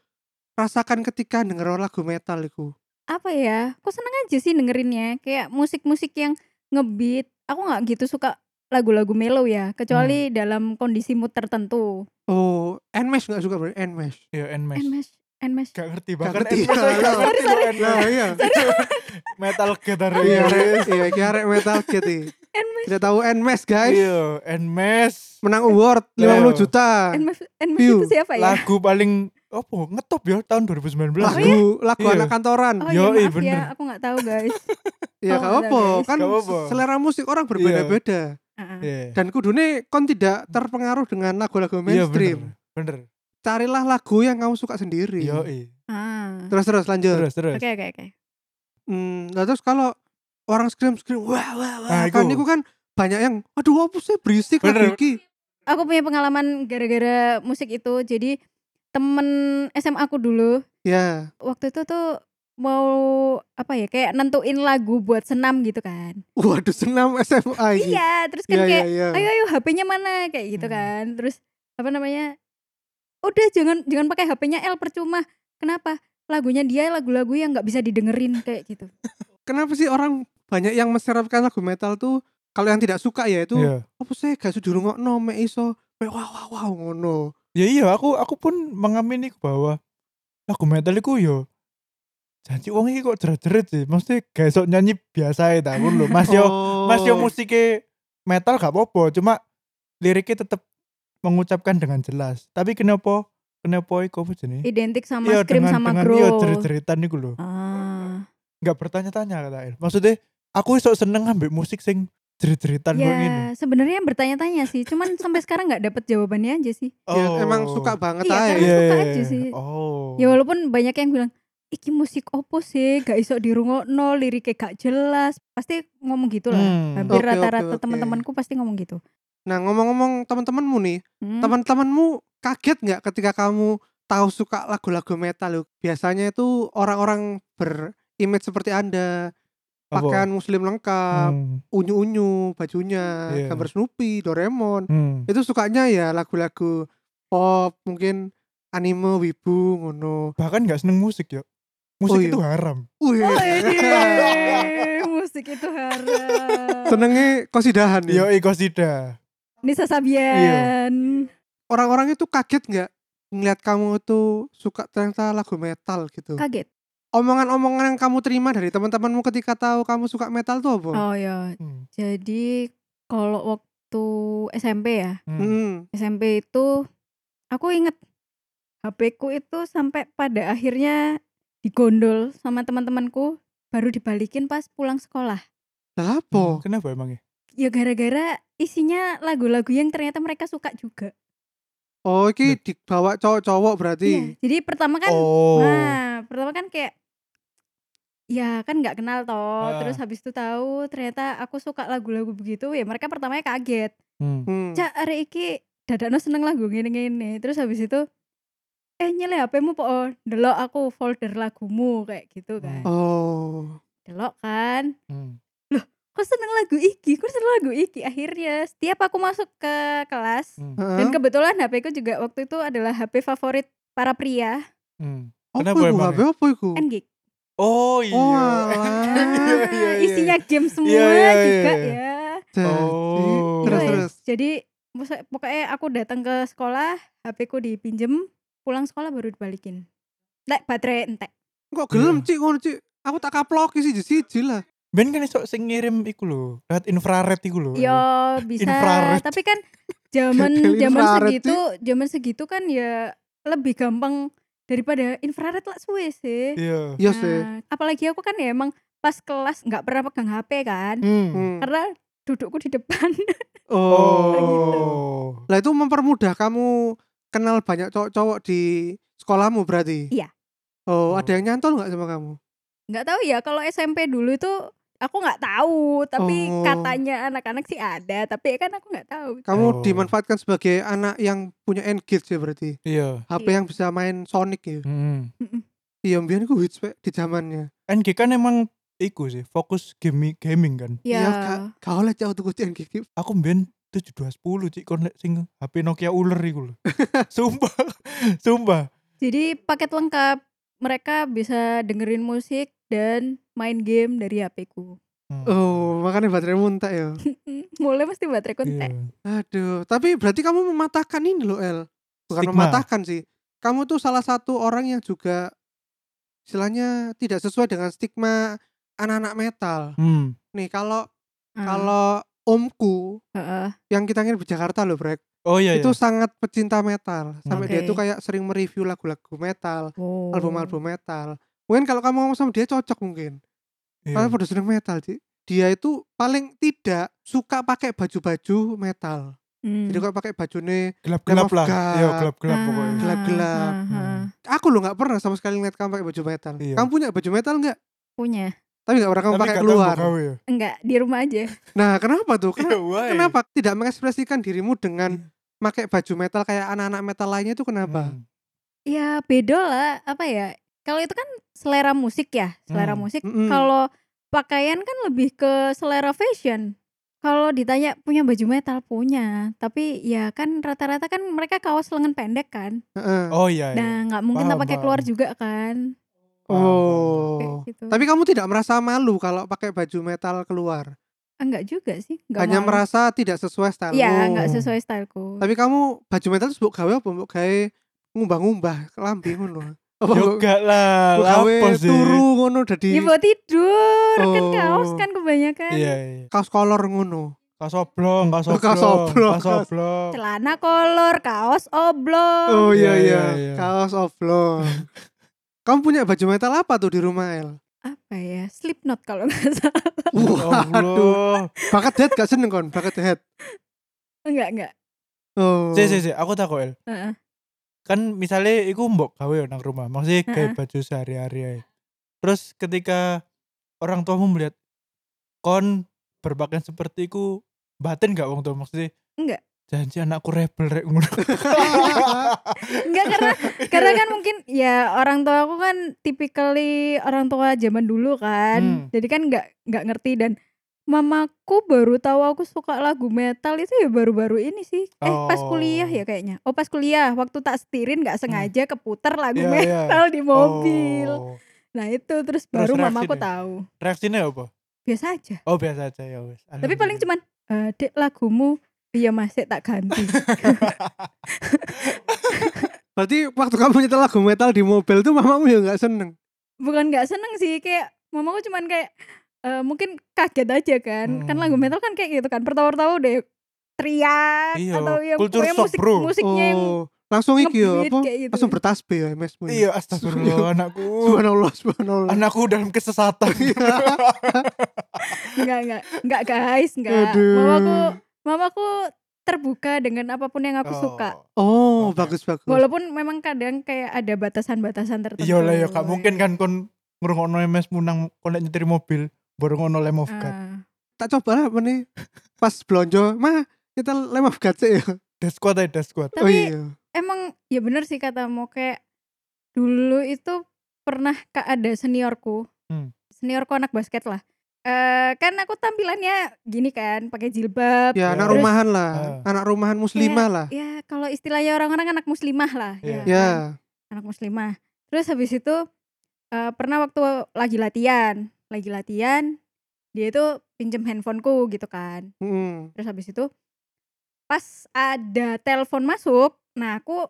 [SPEAKER 2] rasakan ketika denger lagu metal iku?
[SPEAKER 3] Apa ya? Kok seneng aja sih dengerinnya, kayak musik-musik yang ngebeat. Aku nggak gitu suka lagu-lagu melo ya, kecuali
[SPEAKER 2] Hmm.
[SPEAKER 3] dalam kondisi mood tertentu.
[SPEAKER 2] Oh, Nmesh gak suka berarti Nmesh.
[SPEAKER 4] ya Nmesh
[SPEAKER 3] Enmesh, enmesh.
[SPEAKER 4] gak ngerti
[SPEAKER 2] Gak
[SPEAKER 4] bahkan
[SPEAKER 2] ngerti.
[SPEAKER 4] Nmesh aja gak
[SPEAKER 2] Sorry,
[SPEAKER 4] ngerti loh Nmesh.
[SPEAKER 2] Nah, iya.
[SPEAKER 4] metal
[SPEAKER 2] Iya,
[SPEAKER 4] gitaris
[SPEAKER 2] rek. iya, iki arek metal gitu.
[SPEAKER 3] Enmesh,
[SPEAKER 2] Tidak tahu Nmesh, guys.
[SPEAKER 4] iya Nmesh
[SPEAKER 2] Menang award 50 juta.
[SPEAKER 3] enmesh, enmesh
[SPEAKER 2] View.
[SPEAKER 3] itu siapa ya?
[SPEAKER 4] lagu paling apa ngetop ya tahun 2019
[SPEAKER 2] Lagu lagu
[SPEAKER 4] Iya.
[SPEAKER 2] anak kantoran.
[SPEAKER 3] Oh
[SPEAKER 4] Yoi,
[SPEAKER 3] iya, maaf
[SPEAKER 4] bener.
[SPEAKER 3] ya, aku nggak tahu guys.
[SPEAKER 2] Ya
[SPEAKER 3] Oh,
[SPEAKER 2] gak
[SPEAKER 3] ada,
[SPEAKER 2] apa,
[SPEAKER 3] guys.
[SPEAKER 2] kan
[SPEAKER 4] Gak apa.
[SPEAKER 2] selera musik orang berbeda-beda.
[SPEAKER 3] Heeh.
[SPEAKER 4] Iya.
[SPEAKER 2] Dan kudune kon tidak terpengaruh dengan lagu-lagu
[SPEAKER 4] iya
[SPEAKER 2] mainstream.
[SPEAKER 4] bener bener
[SPEAKER 2] Carilah lagu yang kamu suka sendiri.
[SPEAKER 4] yo
[SPEAKER 3] Ah.
[SPEAKER 2] Terus terus lanjut.
[SPEAKER 4] terus terus
[SPEAKER 3] Oke oke oke.
[SPEAKER 2] Hmm, nah terus kalau orang scream scream wah wah wah
[SPEAKER 4] Nah,
[SPEAKER 2] kan
[SPEAKER 4] iku.
[SPEAKER 2] itu kan banyak yang aduh apa sih berisik lagu
[SPEAKER 4] Bener.
[SPEAKER 2] iki.
[SPEAKER 3] Aku punya pengalaman gara-gara musik itu. Jadi temen SMA aku dulu
[SPEAKER 2] Ya.
[SPEAKER 3] waktu itu tuh mau apa ya kayak nentuin lagu buat senam gitu kan.
[SPEAKER 2] Waduh senam SMA iki.
[SPEAKER 3] Iya, terus kan
[SPEAKER 2] Iya iya iya.
[SPEAKER 3] kayak ayo ayo HP-nya mana kayak gitu
[SPEAKER 4] Hmm.
[SPEAKER 3] kan. Terus apa namanya? Udah jangan jangan pakai HP-nya L percuma. Kenapa? Lagunya dia lagu-lagu yang nggak bisa didengerin kayak gitu.
[SPEAKER 2] Kenapa sih orang banyak yang menerapkan lagu metal tuh kalau yang tidak suka ya itu
[SPEAKER 4] Iya.
[SPEAKER 2] apa sih gak sudah rungokno mek iso mek wah wah wah ngono.
[SPEAKER 4] ya iya aku aku pun mengamini bahwa lagu metal iku yo janji wong iki kok jerit-jerit sih mesti besok nyanyi biasa ya tahun lho mas yo
[SPEAKER 2] Oh.
[SPEAKER 4] mas yo musiknya metal gak apa-apa cuma liriknya tetap mengucapkan dengan jelas tapi kenapa kenapa iku apa jenis
[SPEAKER 3] Identik sama
[SPEAKER 4] Iya,
[SPEAKER 3] scream
[SPEAKER 4] dengan-
[SPEAKER 3] sama
[SPEAKER 4] dengan
[SPEAKER 3] grow.
[SPEAKER 4] iya, jerit-jeritan iku lho
[SPEAKER 3] Ah.
[SPEAKER 4] nggak bertanya-tanya kata El. maksudnya aku iso seneng ambil musik sing jerit-jeritan kok ngene.
[SPEAKER 3] Ya, sebenarnya bertanya-tanya sih, cuman sampai sekarang nggak dapet jawabannya aja sih.
[SPEAKER 2] Ya,
[SPEAKER 4] Oh.
[SPEAKER 2] emang suka banget
[SPEAKER 3] Iya,
[SPEAKER 2] aja.
[SPEAKER 3] karena-
[SPEAKER 4] Iya,
[SPEAKER 3] suka
[SPEAKER 4] iya,
[SPEAKER 3] aja
[SPEAKER 4] iya.
[SPEAKER 3] sih.
[SPEAKER 4] oh
[SPEAKER 3] Ya walaupun banyak yang bilang, "Iki musik opo sih? Gak iso dirungokno, liriknya gak jelas." Pasti ngomong gitu lah.
[SPEAKER 4] Hmm.
[SPEAKER 3] Hampir
[SPEAKER 2] Oke, oke,
[SPEAKER 3] rata-rata
[SPEAKER 2] oke.
[SPEAKER 3] teman-temanku pasti ngomong gitu.
[SPEAKER 2] Nah ngomong-ngomong teman-temanmu nih,
[SPEAKER 3] Hmm.
[SPEAKER 2] teman-temanmu kaget nggak ketika kamu tahu suka lagu-lagu metal? Biasanya itu orang-orang berimage seperti anda,
[SPEAKER 4] Apa?
[SPEAKER 2] pakaian muslim lengkap,
[SPEAKER 4] Hmm.
[SPEAKER 2] unyu-unyu bajunya,
[SPEAKER 4] Iya.
[SPEAKER 2] gambar Snoopy, Doraemon.
[SPEAKER 4] Hmm.
[SPEAKER 2] Itu sukanya ya lagu-lagu pop, mungkin anime, wibu, ngono.
[SPEAKER 4] bahkan nggak seneng musik ya
[SPEAKER 2] Oh,
[SPEAKER 4] musik
[SPEAKER 2] iya.
[SPEAKER 4] itu haram
[SPEAKER 2] Wih,
[SPEAKER 3] Oh, iya. musik itu haram.
[SPEAKER 2] senengnya kosidahan
[SPEAKER 4] yo
[SPEAKER 2] ya.
[SPEAKER 4] ikosida
[SPEAKER 2] Iya.
[SPEAKER 3] Nisa Sabian.
[SPEAKER 2] Orang-orang itu kaget nggak ngeliat kamu tuh suka ternyata lagu metal gitu?
[SPEAKER 3] Kaget.
[SPEAKER 2] omongan-omongan yang kamu terima dari teman-temanmu ketika tahu kamu suka metal tuh apa?
[SPEAKER 3] Oh ya.
[SPEAKER 4] Hmm.
[SPEAKER 3] Jadi kalau waktu SMP ya,
[SPEAKER 4] Hmm.
[SPEAKER 2] Hmm.
[SPEAKER 3] SMP itu aku inget HP ku itu sampai pada akhirnya digondol sama teman-temanku baru dibalikin pas pulang sekolah
[SPEAKER 2] Lah apa?
[SPEAKER 4] Hmm, Kenapa emangnya?
[SPEAKER 3] ya gara-gara isinya lagu-lagu yang ternyata mereka suka juga
[SPEAKER 2] Oh, iki dibawa cowok-cowok berarti.
[SPEAKER 3] Iya, jadi pertama kan
[SPEAKER 4] oh.
[SPEAKER 3] nah pertama kan kayak ya kan nggak kenal toh
[SPEAKER 4] Ah.
[SPEAKER 3] terus habis itu tahu ternyata aku suka lagu-lagu begitu ya mereka pertamanya kaget
[SPEAKER 4] Hmm.
[SPEAKER 2] Hmm.
[SPEAKER 3] cak hari iki dadakno seneng lagu ngene-ngene terus habis itu eh nyele HP-mu po delok aku folder lagumu kayak gitu kan
[SPEAKER 2] Oh.
[SPEAKER 3] delok kan
[SPEAKER 4] Hmm.
[SPEAKER 3] kok seneng lagu iki kok seneng lagu iki akhirnya setiap aku masuk ke kelas
[SPEAKER 4] Hmm.
[SPEAKER 3] dan
[SPEAKER 2] Heeh.
[SPEAKER 3] kebetulan HP ku juga waktu itu adalah HP favorit para pria
[SPEAKER 4] Hmm.
[SPEAKER 2] Apa
[SPEAKER 4] Kenapa
[SPEAKER 2] iku
[SPEAKER 4] emang
[SPEAKER 2] HP apa iku?
[SPEAKER 3] kan gig.
[SPEAKER 4] Oh iya.
[SPEAKER 2] Oh,
[SPEAKER 4] Iya,
[SPEAKER 2] alah.
[SPEAKER 4] iya, iya.
[SPEAKER 3] isinya game semua
[SPEAKER 4] Iya, iya, iya,
[SPEAKER 3] juga
[SPEAKER 4] iya.
[SPEAKER 3] ya.
[SPEAKER 2] Jadi,
[SPEAKER 4] Oh.
[SPEAKER 2] terus
[SPEAKER 3] Wes,
[SPEAKER 2] terus.
[SPEAKER 3] Jadi masa- pokoknya aku datang ke sekolah, HP ku dipinjem, pulang sekolah baru dibalikin. Lek baterai entek.
[SPEAKER 2] Kok gelem
[SPEAKER 4] Iya.
[SPEAKER 2] cik ngono cik? Aku tak kaploki sih siji lah.
[SPEAKER 4] Ben kan iso sing ngirim iku lho, lewat infrared iku lho.
[SPEAKER 3] Yo bisa,
[SPEAKER 4] Infrared.
[SPEAKER 3] tapi kan zaman
[SPEAKER 2] Gagal
[SPEAKER 3] zaman
[SPEAKER 2] infrared
[SPEAKER 3] segitu, zaman segitu kan ya lebih gampang daripada infrared lah suwe sih.
[SPEAKER 4] Iya.
[SPEAKER 2] Iya sih.
[SPEAKER 3] Nah, apalagi aku kan ya emang pas kelas nggak pernah pegang HP kan,
[SPEAKER 4] Hmm.
[SPEAKER 2] Hmm.
[SPEAKER 3] karena dudukku di depan.
[SPEAKER 4] Oh.
[SPEAKER 2] Lah itu mempermudah kamu kenal banyak cowok-cowok di sekolahmu berarti.
[SPEAKER 3] Iya.
[SPEAKER 2] Oh,
[SPEAKER 4] Oh.
[SPEAKER 2] ada yang nyantol nggak sama kamu?
[SPEAKER 3] nggak tahu ya kalau SMP dulu itu aku nggak tahu tapi
[SPEAKER 2] Oh.
[SPEAKER 3] katanya anak-anak sih ada tapi kan aku nggak tahu
[SPEAKER 2] Kamu
[SPEAKER 4] Oh.
[SPEAKER 2] dimanfaatkan sebagai anak yang punya engage ya berarti.
[SPEAKER 4] Iya.
[SPEAKER 2] HP
[SPEAKER 3] Iya.
[SPEAKER 2] yang bisa main Sonic ya.
[SPEAKER 4] Hmm.
[SPEAKER 2] Iya, mbiyen ku hits Pak, di zamannya.
[SPEAKER 4] NG kan emang iku sih, fokus gaming, gaming kan.
[SPEAKER 3] ya
[SPEAKER 2] gak- Iya, gak oleh cowok tuku di engage.
[SPEAKER 4] Aku ben 7210 cik kon lek sing HP Nokia uler iku lho. sumpah. Sumpah.
[SPEAKER 3] jadi paket lengkap mereka bisa dengerin musik dan main game dari HP-ku
[SPEAKER 4] Hmm.
[SPEAKER 2] Oh, makanya baterai muntah ya.
[SPEAKER 3] mulai Hmm, mesti baterai
[SPEAKER 4] Iya.
[SPEAKER 3] kontak
[SPEAKER 2] Aduh, tapi berarti kamu mematahkan ini loh El. Bukan
[SPEAKER 4] Stigma.
[SPEAKER 2] mematahkan sih. Kamu tuh salah satu orang yang juga istilahnya tidak sesuai dengan stigma anak-anak metal.
[SPEAKER 4] Hmm.
[SPEAKER 2] Nih kalau
[SPEAKER 3] Ah,
[SPEAKER 2] kalau omku
[SPEAKER 3] heeh.
[SPEAKER 2] yang kita ngirim di Jakarta loh, Brek.
[SPEAKER 4] Oh iya.
[SPEAKER 2] Itu
[SPEAKER 4] iya.
[SPEAKER 2] sangat pecinta metal. Sampai dia tuh
[SPEAKER 3] Oke.
[SPEAKER 2] kayak sering mereview lagu-lagu metal,
[SPEAKER 3] Oh.
[SPEAKER 2] album-album metal. Mungkin kalau kamu ngomong sama dia cocok mungkin.
[SPEAKER 4] Iya.
[SPEAKER 2] Karena pada seneng metal, Ci. Dia itu paling tidak suka pakai baju-baju metal.
[SPEAKER 3] Hmm.
[SPEAKER 2] Jadi kalau pakai bajune
[SPEAKER 4] gelap-gelap
[SPEAKER 2] Game of
[SPEAKER 4] lah.
[SPEAKER 2] God.
[SPEAKER 4] Iya, gelap-gelap
[SPEAKER 3] Ah,
[SPEAKER 4] pokoknya.
[SPEAKER 2] Gelap-gelap.
[SPEAKER 3] ah, ah.
[SPEAKER 4] Hmm.
[SPEAKER 2] aku loh nggak pernah sama sekali ngeliat kamu pakai baju metal.
[SPEAKER 4] Iya.
[SPEAKER 2] Kamu punya baju metal nggak?
[SPEAKER 3] punya
[SPEAKER 2] Tapi nggak pernah kamu
[SPEAKER 4] Tapi
[SPEAKER 2] pakai
[SPEAKER 4] gak tahu
[SPEAKER 2] keluar.
[SPEAKER 4] kok kau ya.
[SPEAKER 3] enggak di rumah aja
[SPEAKER 2] Nah, kenapa tuh? Kenapa,
[SPEAKER 4] Iya, why?
[SPEAKER 2] kenapa tidak mengekspresikan dirimu dengan
[SPEAKER 4] Iya.
[SPEAKER 2] pakai baju metal kayak anak-anak metal lainnya itu kenapa?
[SPEAKER 4] Hmm.
[SPEAKER 3] ya beda lah apa ya kalau itu kan selera musik ya selera
[SPEAKER 4] Hmm.
[SPEAKER 3] musik
[SPEAKER 2] Mm-mm.
[SPEAKER 3] Kalau pakaian kan lebih ke selera fashion. Kalau ditanya punya baju metal punya, tapi ya kan rata-rata kan mereka kaos lengan pendek kan.
[SPEAKER 2] Heeh.
[SPEAKER 4] Oh iya. iya.
[SPEAKER 3] Nah, nggak mungkin tak
[SPEAKER 4] Paham,
[SPEAKER 3] pakai
[SPEAKER 4] paham.
[SPEAKER 3] keluar juga kan.
[SPEAKER 4] Paham,
[SPEAKER 2] Oh.
[SPEAKER 3] Kayak gitu.
[SPEAKER 2] Tapi kamu tidak merasa malu kalau pakai baju metal keluar.
[SPEAKER 3] Ah, nggak juga sih, nggak
[SPEAKER 2] Hanya
[SPEAKER 3] mau.
[SPEAKER 2] merasa tidak sesuai style.
[SPEAKER 3] Iya, nggak
[SPEAKER 4] Oh.
[SPEAKER 3] sesuai styleku.
[SPEAKER 2] Tapi kamu baju metal itu mbok gawe apa mbok gawe ngumbah-ngumbah kelambi ngono. Apa
[SPEAKER 4] Yo
[SPEAKER 2] mbok-
[SPEAKER 4] gak lah,
[SPEAKER 2] mbok gawe
[SPEAKER 4] lapo sih.
[SPEAKER 2] turu ngono dadi
[SPEAKER 3] Ya buat tidur kan
[SPEAKER 2] Oh.
[SPEAKER 3] kaos kan kebanyakan.
[SPEAKER 4] Iya, iya.
[SPEAKER 2] kaos kolor ngono.
[SPEAKER 4] Kaos oblong, kaos
[SPEAKER 2] Oh,
[SPEAKER 4] oblong,
[SPEAKER 2] kaos oblong.
[SPEAKER 4] kaos oblong.
[SPEAKER 3] Celana kolor, kaos oblong.
[SPEAKER 2] Oh iya
[SPEAKER 4] Iya,
[SPEAKER 2] iya,
[SPEAKER 4] iya, iya.
[SPEAKER 2] kaos oblong. Kamu punya baju metal apa tuh di rumah El?
[SPEAKER 3] Apa ya? Slipknot kalau nggak salah.
[SPEAKER 4] Oh,
[SPEAKER 2] Waduh,
[SPEAKER 4] Oblong.
[SPEAKER 2] bucket head gak seneng kon, bucket head.
[SPEAKER 3] Enggak, enggak.
[SPEAKER 2] Oh.
[SPEAKER 4] Si, si, si, aku takut El.
[SPEAKER 3] Heeh.
[SPEAKER 4] Kan misalnya iku mbok gawe yo nang rumah, maksudnya kayak
[SPEAKER 3] Heeh.
[SPEAKER 4] baju sehari-hari ae. Terus ketika orang tuamu melihat kon berpakaian seperti iku, batin gak wong tua maksudnya?
[SPEAKER 3] Enggak.
[SPEAKER 4] Janji anakku rebel rek ngono.
[SPEAKER 3] Enggak karena
[SPEAKER 4] Iya.
[SPEAKER 3] karena kan mungkin ya orang tua aku kan typically orang tua zaman dulu kan.
[SPEAKER 4] Hmm.
[SPEAKER 3] Jadi kan nggak nggak ngerti dan mamaku baru tahu aku suka lagu metal itu ya baru-baru ini sih. Eh pas
[SPEAKER 4] Oh. Hmm.
[SPEAKER 3] kuliah ya kayaknya. Oh pas kuliah waktu tak setirin nggak sengaja keputer lagu
[SPEAKER 4] Iya, iya.
[SPEAKER 3] metal di mobil.
[SPEAKER 4] Oh.
[SPEAKER 3] Nah itu terus baru
[SPEAKER 4] reaksi
[SPEAKER 3] mamaku
[SPEAKER 4] deh.
[SPEAKER 3] tahu.
[SPEAKER 4] Reaksinya ya apa?
[SPEAKER 3] Biasa aja.
[SPEAKER 4] Oh biasa aja ya wes.
[SPEAKER 3] Tapi paling cuman "Eh, Dek lagumu Iya masih tak ganti.
[SPEAKER 2] Berarti waktu kamu nyetel lagu metal di mobil tuh mamamu ya gak seneng.
[SPEAKER 3] bukan nggak seneng sih kayak mamaku cuman kayak eh, mungkin kaget aja kan kan
[SPEAKER 4] Hmm.
[SPEAKER 3] lagu metal kan kayak gitu kan pertama-tama udah teriak
[SPEAKER 4] Iya,
[SPEAKER 3] atau yang
[SPEAKER 4] culture
[SPEAKER 3] pokoknya
[SPEAKER 4] shock,
[SPEAKER 3] musik
[SPEAKER 4] bro.
[SPEAKER 3] musiknya yang
[SPEAKER 2] Oh, langsung iki ya
[SPEAKER 3] ngebeat
[SPEAKER 2] apa?
[SPEAKER 3] kayak gitu.
[SPEAKER 2] Langsung bertasbih ya mesmu. ya.
[SPEAKER 4] Iya astagfirullah anakku.
[SPEAKER 2] Subhanallah, subhanallah.
[SPEAKER 4] anakku dalam kesesatan.
[SPEAKER 3] nggak nggak nggak guys nggak
[SPEAKER 2] Aduh.
[SPEAKER 3] mamaku mamaku terbuka dengan apapun yang aku suka
[SPEAKER 2] Oh,
[SPEAKER 4] Oke.
[SPEAKER 2] bagus bagus.
[SPEAKER 3] walaupun memang kadang kayak ada batasan-batasan tertentu
[SPEAKER 4] Iya lah ya gak mungkin kan kon ngrungokno MS munang kon lek nyetir mobil baru ngono lem of Oh, God.
[SPEAKER 3] Ah.
[SPEAKER 2] Tak coba lah meneh pas belanja, mah kita lem of God sih ya.
[SPEAKER 4] Death squad aja death squad.
[SPEAKER 2] oh
[SPEAKER 3] tapi
[SPEAKER 2] iya.
[SPEAKER 3] emang ya bener sih katamu kayak dulu itu pernah kak ada seniorku
[SPEAKER 4] Hmm.
[SPEAKER 3] seniorku anak basket lah eh kan aku tampilannya gini kan pakai jilbab
[SPEAKER 2] Ya anak
[SPEAKER 4] Terus-
[SPEAKER 2] rumahan lah,
[SPEAKER 4] Ah.
[SPEAKER 3] Iya.
[SPEAKER 2] anak rumahan muslimah lah.
[SPEAKER 3] ya kalau istilahnya orang-orang anak muslimah lah ya
[SPEAKER 4] Iya.
[SPEAKER 3] kan.
[SPEAKER 2] Ya,
[SPEAKER 3] anak muslimah terus habis itu eh, pernah waktu lagi latihan lagi latihan dia itu pinjem handphoneku gitu kan
[SPEAKER 2] Mm-mm.
[SPEAKER 3] terus habis itu pas ada telepon masuk nah aku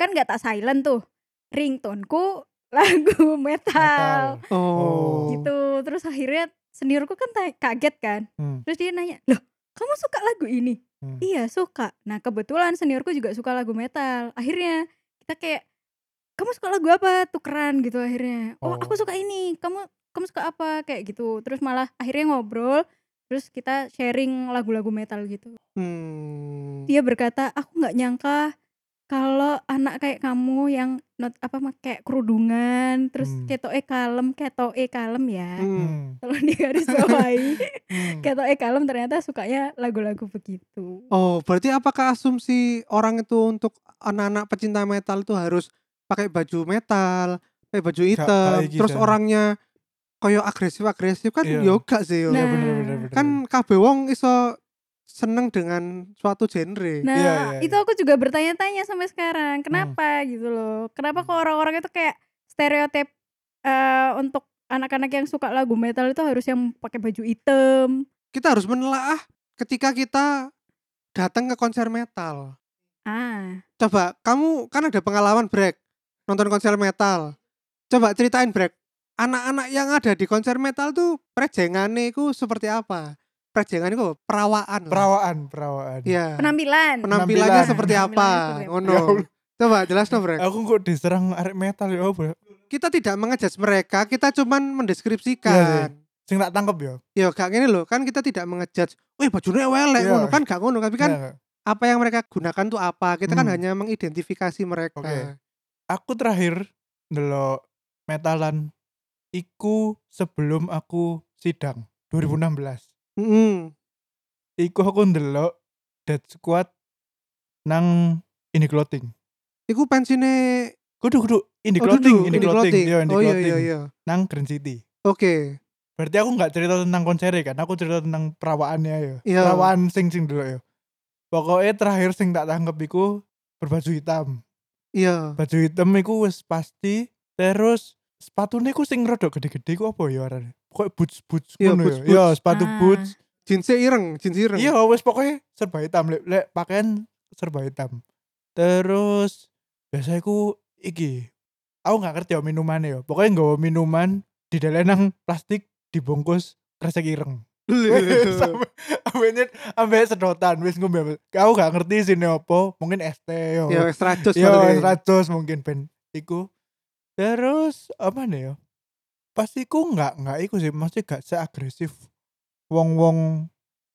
[SPEAKER 3] kan nggak tak silent tuh ringtone-ku lagu metal
[SPEAKER 4] Natal.
[SPEAKER 2] Oh.
[SPEAKER 3] gitu terus akhirnya seniorku kan ta- kaget kan
[SPEAKER 4] Hmm.
[SPEAKER 3] terus dia nanya loh kamu suka lagu ini
[SPEAKER 4] Hmm.
[SPEAKER 3] iya suka nah kebetulan seniorku juga suka lagu metal akhirnya kita kayak kamu suka lagu apa tukeran gitu akhirnya oh,
[SPEAKER 4] Oh.
[SPEAKER 3] aku suka ini kamu kamu suka apa kayak gitu terus malah akhirnya ngobrol terus kita sharing lagu-lagu metal gitu
[SPEAKER 2] Hmm.
[SPEAKER 3] dia berkata aku nggak nyangka kalau anak kayak kamu yang not apa kayak kerudungan terus
[SPEAKER 4] Hmm.
[SPEAKER 3] ketoke kalem ketoke kalem ya
[SPEAKER 2] Hmm.
[SPEAKER 4] Hmm.
[SPEAKER 3] kalau di garis bawahi
[SPEAKER 4] Hmm.
[SPEAKER 3] kata eh kalem ternyata sukanya lagu-lagu begitu
[SPEAKER 2] Oh, berarti apakah asumsi orang itu untuk anak-anak pecinta metal itu harus pakai baju metal, pakai baju hitam,
[SPEAKER 4] kayak gitu.
[SPEAKER 2] terus orangnya koyo agresif-agresif kan
[SPEAKER 4] Iya.
[SPEAKER 2] yo gak sih yo.
[SPEAKER 4] Iya,
[SPEAKER 3] Nah,
[SPEAKER 4] bener, bener, bener.
[SPEAKER 2] Kan kabeh wong iso seneng dengan suatu genre.
[SPEAKER 3] nah
[SPEAKER 4] Iya, Hmm. iya,
[SPEAKER 3] itu
[SPEAKER 4] iya.
[SPEAKER 3] aku juga bertanya-tanya sampai sekarang kenapa gitu loh
[SPEAKER 4] Hmm.
[SPEAKER 3] kenapa kok orang-orang itu kayak stereotip eh, untuk anak-anak yang suka lagu metal itu harus yang pakai baju hitam
[SPEAKER 2] Kita harus menelaah ketika kita datang ke konser metal.
[SPEAKER 3] ah
[SPEAKER 2] Coba kamu kan ada pengalaman break nonton konser metal. Coba ceritain break. Anak-anak yang ada di konser metal tuh prejengane iku seperti apa? Prejengane iku perawaan. lah.
[SPEAKER 4] perawaan perawaan
[SPEAKER 2] Iya.
[SPEAKER 3] penampilan
[SPEAKER 2] Penampilannya
[SPEAKER 4] Penampilan.
[SPEAKER 2] seperti apa?
[SPEAKER 3] Penampilan seperti apa.
[SPEAKER 2] Ngono.
[SPEAKER 4] Ya Allah. Ya
[SPEAKER 2] Coba jelas no, Brek.
[SPEAKER 4] aku kok diserang arek metal ya apa
[SPEAKER 2] Kita tidak mengejas mereka, kita cuman
[SPEAKER 4] Iya sih.
[SPEAKER 2] mendeskripsikan.
[SPEAKER 4] sing tak tangkep ya
[SPEAKER 2] Yo, gak ngene lho, kan kita tidak mengejas. Wih, bajunya welek
[SPEAKER 4] Iya.
[SPEAKER 2] ngono kan gak ngono, tapi kan
[SPEAKER 4] Nah,
[SPEAKER 2] apa yang mereka gunakan tuh apa? Kita kan
[SPEAKER 4] Hmm.
[SPEAKER 2] hanya mengidentifikasi mereka.
[SPEAKER 4] Oke. aku terakhir ndelok metalan iku sebelum aku sidang 2016
[SPEAKER 2] Mm-mm.
[SPEAKER 4] iku aku ndelok Dead Squad nang ini clothing
[SPEAKER 2] Iku pensine
[SPEAKER 4] kudu kudu ini
[SPEAKER 2] Oh,
[SPEAKER 4] clothing
[SPEAKER 2] duduk,
[SPEAKER 4] ini
[SPEAKER 2] indie
[SPEAKER 4] clothing
[SPEAKER 2] clothing.
[SPEAKER 4] iya ini
[SPEAKER 2] Oh iya
[SPEAKER 4] clothing
[SPEAKER 2] iya iya.
[SPEAKER 4] nang Green City
[SPEAKER 2] Oke.
[SPEAKER 4] berarti aku nggak cerita tentang konser kan aku cerita tentang perawaannya ya
[SPEAKER 2] Iya.
[SPEAKER 4] perawaan sing sing dulu ya pokoknya terakhir sing tak tangkep iku berbaju hitam
[SPEAKER 2] Iya.
[SPEAKER 4] baju hitam iku wis pasti terus sepatune iku sing rada gede-gede iku apa ya arane pokoknya boots boots
[SPEAKER 2] Iya,
[SPEAKER 4] ngono
[SPEAKER 2] boots,
[SPEAKER 4] ya Iya,
[SPEAKER 2] boots.
[SPEAKER 4] sepatu
[SPEAKER 3] Ah.
[SPEAKER 4] boots
[SPEAKER 2] Jinse ireng, jeans ireng.
[SPEAKER 4] iya wis pokoknya serba hitam lek lek pakaian serba hitam terus biasa iku iki aku nggak ngerti ya minumannya ya pokoknya nggawa minuman di nang plastik dibungkus kresek ireng sampe ambe ambe sedotan wis ngombe aku gak ngerti sini apa mungkin es teh yo
[SPEAKER 2] Ya wis rajos
[SPEAKER 4] Iya,
[SPEAKER 2] berarti.
[SPEAKER 4] 100 mungkin ben iku. Terus apa nih ya? Pasti ku nggak nggak iku sih, mesti gak seagresif wong-wong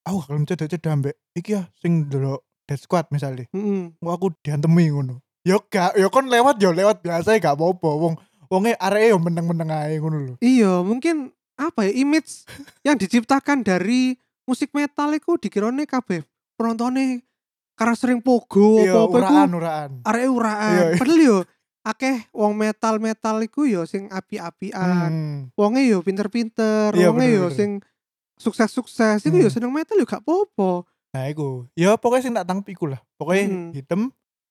[SPEAKER 4] aku kalau cedek-cedek ambek iki ya sing dulu dead squad misalnya
[SPEAKER 2] Heeh.
[SPEAKER 4] Wong aku diantemi ngono yo gak yo kon lewat yo lewat biasa gak apa-apa wong wonge areke yo meneng-meneng ae ngono lho
[SPEAKER 2] Iya, mungkin apa ya image yang diciptakan dari musik metal iku dikirone kabeh penontonnya karena sering pogo apa-apa
[SPEAKER 4] yo
[SPEAKER 2] iku
[SPEAKER 4] uraan uraan
[SPEAKER 2] arek
[SPEAKER 4] Iya,
[SPEAKER 2] uraan.
[SPEAKER 4] iya.
[SPEAKER 2] Padahal yo akeh wong metal-metal iku yo sing api-apian.
[SPEAKER 4] Hmm.
[SPEAKER 2] wonge yo pinter-pinter,
[SPEAKER 4] Iya,
[SPEAKER 2] wonge yo
[SPEAKER 4] bener-bener.
[SPEAKER 2] sing sukses-sukses, iku yo
[SPEAKER 4] Hmm.
[SPEAKER 2] seneng metal yo gak popo.
[SPEAKER 4] nah iku yo pokoknya sing tak tangkep iku lah pokoknya
[SPEAKER 2] Hmm.
[SPEAKER 4] hitam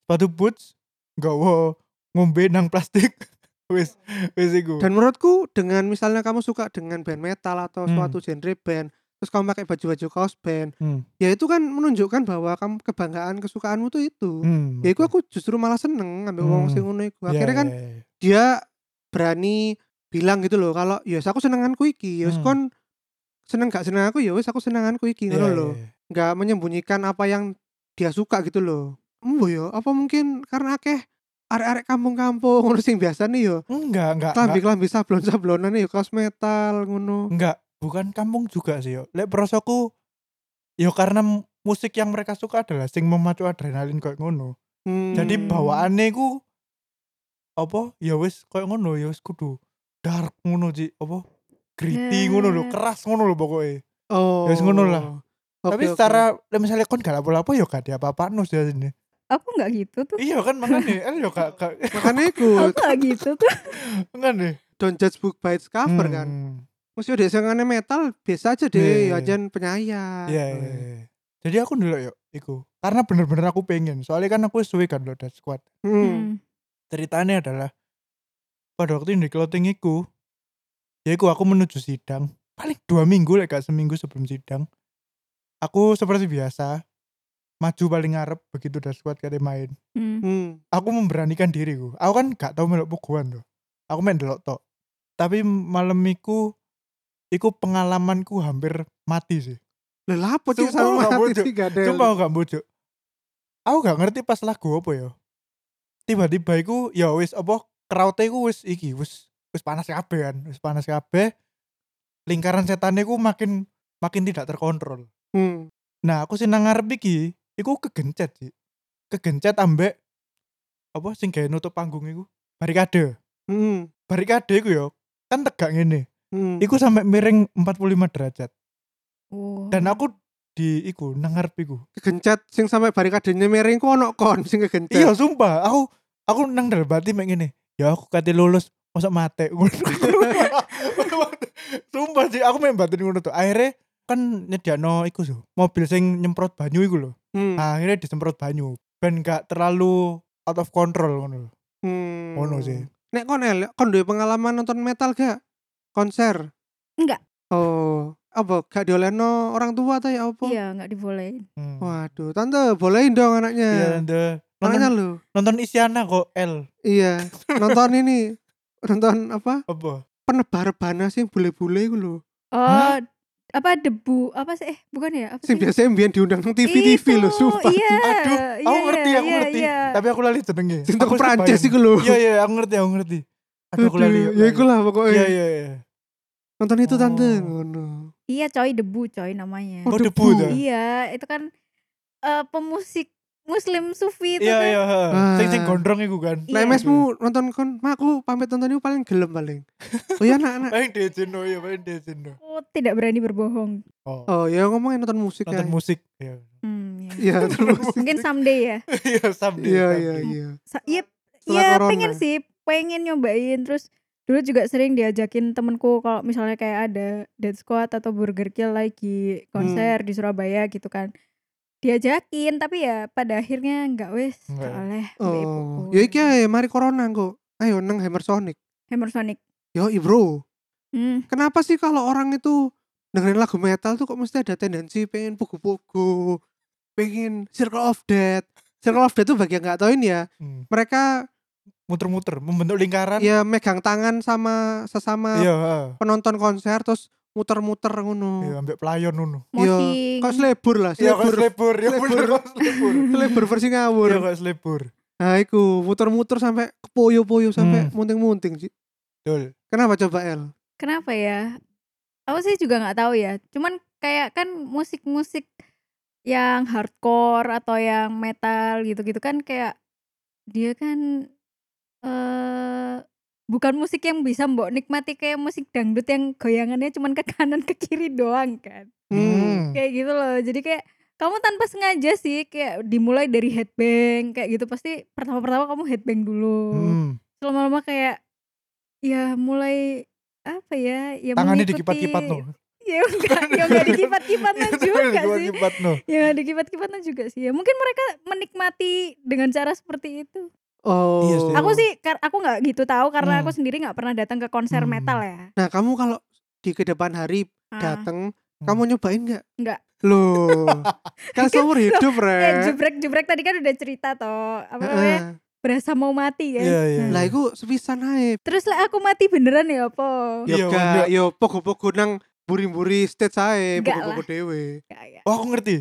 [SPEAKER 4] sepatu boots nggawa ngombe nang plastik wis wis iku
[SPEAKER 2] Dan menurutku dengan misalnya kamu suka dengan band metal atau
[SPEAKER 4] Hmm.
[SPEAKER 2] suatu genre band, terus kamu pakai baju-baju kaos band,
[SPEAKER 4] Hmm.
[SPEAKER 2] ya itu kan menunjukkan bahwa kamu kebanggaan kesukaanmu tuh itu.
[SPEAKER 4] Hmm,
[SPEAKER 2] Ya itu
[SPEAKER 4] betul.
[SPEAKER 2] aku justru malah seneng ngambil uang
[SPEAKER 4] Hmm.
[SPEAKER 2] sing ngono iku.
[SPEAKER 4] Iya,
[SPEAKER 2] Akhirnya kan
[SPEAKER 4] iya, iya.
[SPEAKER 2] dia berani bilang gitu loh kalau ya aku senenganku iki, ya wis
[SPEAKER 4] Hmm.
[SPEAKER 2] kon seneng gak seneng aku ya wis aku senenganku iki ngono
[SPEAKER 4] Iya,
[SPEAKER 2] loh.
[SPEAKER 4] iya, iya.
[SPEAKER 2] nggak menyembunyikan apa yang dia suka gitu loh. Embo yo, apa mungkin karena akeh arek-arek kampung-kampung ngono sing biasa nih yo.
[SPEAKER 4] Enggak, enggak, enggak,
[SPEAKER 2] Klambi-klambi sablon-sablonan yo kaos metal ngono.
[SPEAKER 4] enggak. Bukan kampung juga sih yo. Lek prosoku yo karena m- musik yang mereka suka adalah sing memacu adrenalin koyo ngono.
[SPEAKER 2] Hmm.
[SPEAKER 4] Jadi bawaannya ku apa? Ya wis koyo ngono, ya wis kudu dark ngono sih, apa?
[SPEAKER 3] Ya.
[SPEAKER 4] Gritty ngono lho, keras ngono lho pokoknya
[SPEAKER 2] oh.
[SPEAKER 4] Ya wis ngono lah.
[SPEAKER 2] Oke,
[SPEAKER 4] Tapi
[SPEAKER 2] oke.
[SPEAKER 4] secara lek misalnya kon gak lapo-lapo ya gak diapa-apano sih ini.
[SPEAKER 3] aku nggak gitu tuh
[SPEAKER 4] Iya kan makanya el yo gak ya. gak
[SPEAKER 2] makanya iku
[SPEAKER 4] Iya,
[SPEAKER 3] aku nggak gitu tuh
[SPEAKER 4] makanya.
[SPEAKER 2] don't judge book by its cover kan.
[SPEAKER 4] Hmm.
[SPEAKER 2] Mesti udah sengane metal biasa aja deh, ya
[SPEAKER 4] Iya, iya,
[SPEAKER 2] yeah. ajan penyayang.
[SPEAKER 4] Iya, iya, iya. Jadi aku dulu yuk, iku. Karena bener-bener aku pengen. Soalnya kan aku suwe kan lo Dead Squad.
[SPEAKER 2] Hmm.
[SPEAKER 3] Hmm.
[SPEAKER 4] ceritanya adalah pada waktu di clothing iku ya iku aku menuju sidang paling dua minggu lek gak seminggu sebelum sidang aku seperti biasa maju paling ngarep begitu udah squad kate main
[SPEAKER 3] Hmm.
[SPEAKER 2] Hmm.
[SPEAKER 4] aku memberanikan diriku aku kan gak tau melok pukuan tuh aku main delok tok tapi malam iku iku pengalamanku hampir mati sih
[SPEAKER 2] Lelapo sih
[SPEAKER 4] Sumpah,
[SPEAKER 2] sama
[SPEAKER 4] nggak
[SPEAKER 2] mati
[SPEAKER 4] bodoh.
[SPEAKER 2] sih gak ada.
[SPEAKER 4] Sumpah aku gak bujuk. Aku gak ngerti pas lagu apa ya. Tiba-tiba iku ya wis apa crowd iku wis iki wis wis panas kabeh kan, wis panas kabeh. Lingkaran setan iku makin makin tidak terkontrol.
[SPEAKER 2] Hmm.
[SPEAKER 4] Nah, aku sih nang ngarep iki iku kegencet sih. Kegencet ambek apa sing gawe nutup panggung iku? Barikade.
[SPEAKER 2] Hmm.
[SPEAKER 4] Barikade iku ya kan tegak ngene.
[SPEAKER 2] Hmm.
[SPEAKER 4] Iku sampai miring 45 derajat.
[SPEAKER 3] Oh.
[SPEAKER 4] Dan aku di iku nang ngarep iku.
[SPEAKER 2] kegencet sing sampai barikadenya miring ku ono kon sing kegencet.
[SPEAKER 4] Iya sumpah, aku aku nang dalam hati mek ngene. Ya aku kate lulus masa mate. sumpah sih aku main batin ngono tuh. Akhirnya kan nyediano iku so, mobil sing nyemprot banyu iku lho. Nah,
[SPEAKER 2] Hmm.
[SPEAKER 4] Akhirnya disemprot banyu ben gak terlalu out of control ngono lho.
[SPEAKER 2] Hmm.
[SPEAKER 4] Ono sih.
[SPEAKER 2] Nek kon elek, kon duwe pengalaman nonton metal gak? Konser?
[SPEAKER 3] Enggak.
[SPEAKER 2] Oh, apa gak diolehno orang tua atau ya apa?
[SPEAKER 3] Iya, nggak dibolehin.
[SPEAKER 4] Hmm.
[SPEAKER 2] Waduh, tante bolehin dong
[SPEAKER 4] Iya,
[SPEAKER 2] anaknya.
[SPEAKER 4] the
[SPEAKER 2] Anaknya
[SPEAKER 4] nonton,
[SPEAKER 2] lu.
[SPEAKER 4] nonton Isyana kok L
[SPEAKER 2] Iya, nonton ini. Nonton apa?
[SPEAKER 4] apa?
[SPEAKER 2] Penebar bana sih bule-bule iku lho.
[SPEAKER 3] Oh,
[SPEAKER 4] Hah?
[SPEAKER 3] apa debu apa sih? Eh, bukan ya? Apa
[SPEAKER 2] Sing
[SPEAKER 3] sih?
[SPEAKER 2] biasanya mbiyen diundang nang TV-TV lho,
[SPEAKER 3] Itu,
[SPEAKER 2] sumpah.
[SPEAKER 3] Iya.
[SPEAKER 4] Aduh,
[SPEAKER 3] iya,
[SPEAKER 4] aku ngerti,
[SPEAKER 3] iya,
[SPEAKER 4] aku
[SPEAKER 3] iya,
[SPEAKER 4] ngerti.
[SPEAKER 3] iya.
[SPEAKER 4] Tapi aku lali jenenge.
[SPEAKER 2] Sing teko
[SPEAKER 4] Aku
[SPEAKER 2] Prancis
[SPEAKER 4] sebayang.
[SPEAKER 2] iku lho.
[SPEAKER 4] Iya iya, aku ngerti, aku ngerti. Aduh, aku lali.
[SPEAKER 2] Aduh,
[SPEAKER 4] aku
[SPEAKER 2] Ya
[SPEAKER 4] lali.
[SPEAKER 2] iku lah pokoknya.
[SPEAKER 4] Iya iya iya.
[SPEAKER 2] Nonton itu tante
[SPEAKER 4] Oh.
[SPEAKER 2] ngono.
[SPEAKER 3] Iya, coy, debu coy namanya.
[SPEAKER 4] Oh,
[SPEAKER 2] debu.
[SPEAKER 4] debu tuh.
[SPEAKER 3] Iya, itu kan eh, pemusik Muslim Sufi itu
[SPEAKER 4] Iya
[SPEAKER 3] kan.
[SPEAKER 4] iya.
[SPEAKER 2] Ah.
[SPEAKER 4] Sing sing gondrong iku kan.
[SPEAKER 3] Iya.
[SPEAKER 2] Nah, mesmu nonton kon, mak aku pamit nonton itu paling gelem paling. Oh iya anak-anak.
[SPEAKER 4] Paling diizino ya, paling diizino.
[SPEAKER 3] Aku Oh, tidak berani berbohong.
[SPEAKER 4] Oh,
[SPEAKER 2] Oh ya ngomongin nonton musik
[SPEAKER 4] nonton
[SPEAKER 2] ya.
[SPEAKER 4] musik. Iya.
[SPEAKER 3] Hmm, ya.
[SPEAKER 2] Iya, nonton musik.
[SPEAKER 3] Mungkin someday ya.
[SPEAKER 4] Iya, someday.
[SPEAKER 2] Iya
[SPEAKER 4] someday.
[SPEAKER 2] iya iya.
[SPEAKER 3] Sa- Iya,
[SPEAKER 2] Setelah
[SPEAKER 3] iya
[SPEAKER 2] corona.
[SPEAKER 3] pengen sih, pengen nyobain terus dulu juga sering diajakin temenku kalau misalnya kayak ada Dead Squad atau Burger Kill lagi
[SPEAKER 2] Hmm.
[SPEAKER 3] konser di Surabaya gitu kan diajakin tapi ya pada akhirnya nggak wes
[SPEAKER 4] Nggak ya.
[SPEAKER 3] oleh
[SPEAKER 2] Oh, ya iki ae mari corona kok. Ayo nang Hammer Sonic.
[SPEAKER 3] Hammer Sonic
[SPEAKER 2] Yo bro,
[SPEAKER 3] hmm.
[SPEAKER 2] kenapa sih kalau orang itu dengerin lagu metal tuh kok mesti ada tendensi pengen pugu-pugu, pengen Circle of Death. Circle of Death tuh bagi yang nggak tauin ya,
[SPEAKER 4] Hmm.
[SPEAKER 2] mereka
[SPEAKER 4] Muter-muter, membentuk lingkaran.
[SPEAKER 2] ya megang tangan sama sesama
[SPEAKER 4] Kan Iya, heeh.
[SPEAKER 2] penonton konser terus muter-muter
[SPEAKER 4] Iya,
[SPEAKER 2] ngono.
[SPEAKER 4] ambek pelayon ngono.
[SPEAKER 2] ya,
[SPEAKER 3] moshing
[SPEAKER 2] Kok selebur lah,
[SPEAKER 4] Iya,
[SPEAKER 2] selebur
[SPEAKER 4] kok selebur, ya bener kok selebur.
[SPEAKER 2] selebur versi ngawur.
[SPEAKER 4] Iya, kok selebur.
[SPEAKER 2] Nah, iku muter-muter sampai kepoyo-poyo sampai
[SPEAKER 4] Hmm.
[SPEAKER 2] munting-munting sih.
[SPEAKER 4] Betul.
[SPEAKER 2] Kenapa coba El?
[SPEAKER 3] kenapa ya aku sih juga nggak tahu ya cuman kayak kan musik-musik yang hardcore atau yang metal gitu-gitu kan kayak dia kan eh bukan musik yang bisa mbok nikmati kayak musik dangdut yang goyangannya cuman ke kanan ke kiri doang kan
[SPEAKER 2] Hmm.
[SPEAKER 4] Hmm.
[SPEAKER 3] kayak gitu loh jadi kayak kamu tanpa sengaja sih kayak dimulai dari headbang kayak gitu pasti pertama-pertama kamu headbang dulu
[SPEAKER 4] Hmm.
[SPEAKER 3] lama-lama kayak ya mulai apa ya ya
[SPEAKER 4] Tangannya
[SPEAKER 3] mengikuti-
[SPEAKER 4] dikipat-kipat no.
[SPEAKER 3] ya enggak ya enggak dikipat-kipat no
[SPEAKER 4] Iya,
[SPEAKER 3] juga sih
[SPEAKER 4] Dikipat-kipat no.
[SPEAKER 3] ya enggak dikipat-kipat no juga sih ya mungkin mereka menikmati dengan cara seperti itu
[SPEAKER 2] Oh.
[SPEAKER 4] Iya sih.
[SPEAKER 3] aku sih kar- aku nggak gitu tahu karena
[SPEAKER 4] Hmm.
[SPEAKER 3] aku sendiri nggak pernah datang ke konser
[SPEAKER 4] Hmm.
[SPEAKER 3] metal ya
[SPEAKER 2] Nah, kamu kalau di kedepan hari
[SPEAKER 3] Ah.
[SPEAKER 2] dateng,
[SPEAKER 4] Hmm.
[SPEAKER 2] kamu nyobain nggak?
[SPEAKER 3] Nggak.
[SPEAKER 2] Loh, kan seumur hidup,
[SPEAKER 3] eh
[SPEAKER 2] Re.
[SPEAKER 3] jebrek jebrek tadi kan udah cerita toh apa namanya
[SPEAKER 2] Heeh.
[SPEAKER 3] berasa mau mati kan
[SPEAKER 4] Iya, iya.
[SPEAKER 3] Nah,
[SPEAKER 2] Lah, iku sepisan ae.
[SPEAKER 3] terus lah aku mati beneran ya apa
[SPEAKER 2] Yo
[SPEAKER 4] Iya,
[SPEAKER 2] ga,
[SPEAKER 4] iya.
[SPEAKER 2] yo pogo-pogo nang buri-buri stage ae,
[SPEAKER 3] Nggak
[SPEAKER 2] pogo-pogo
[SPEAKER 3] lah.
[SPEAKER 2] dhewe.
[SPEAKER 3] Kayak-
[SPEAKER 4] Oh, aku ngerti.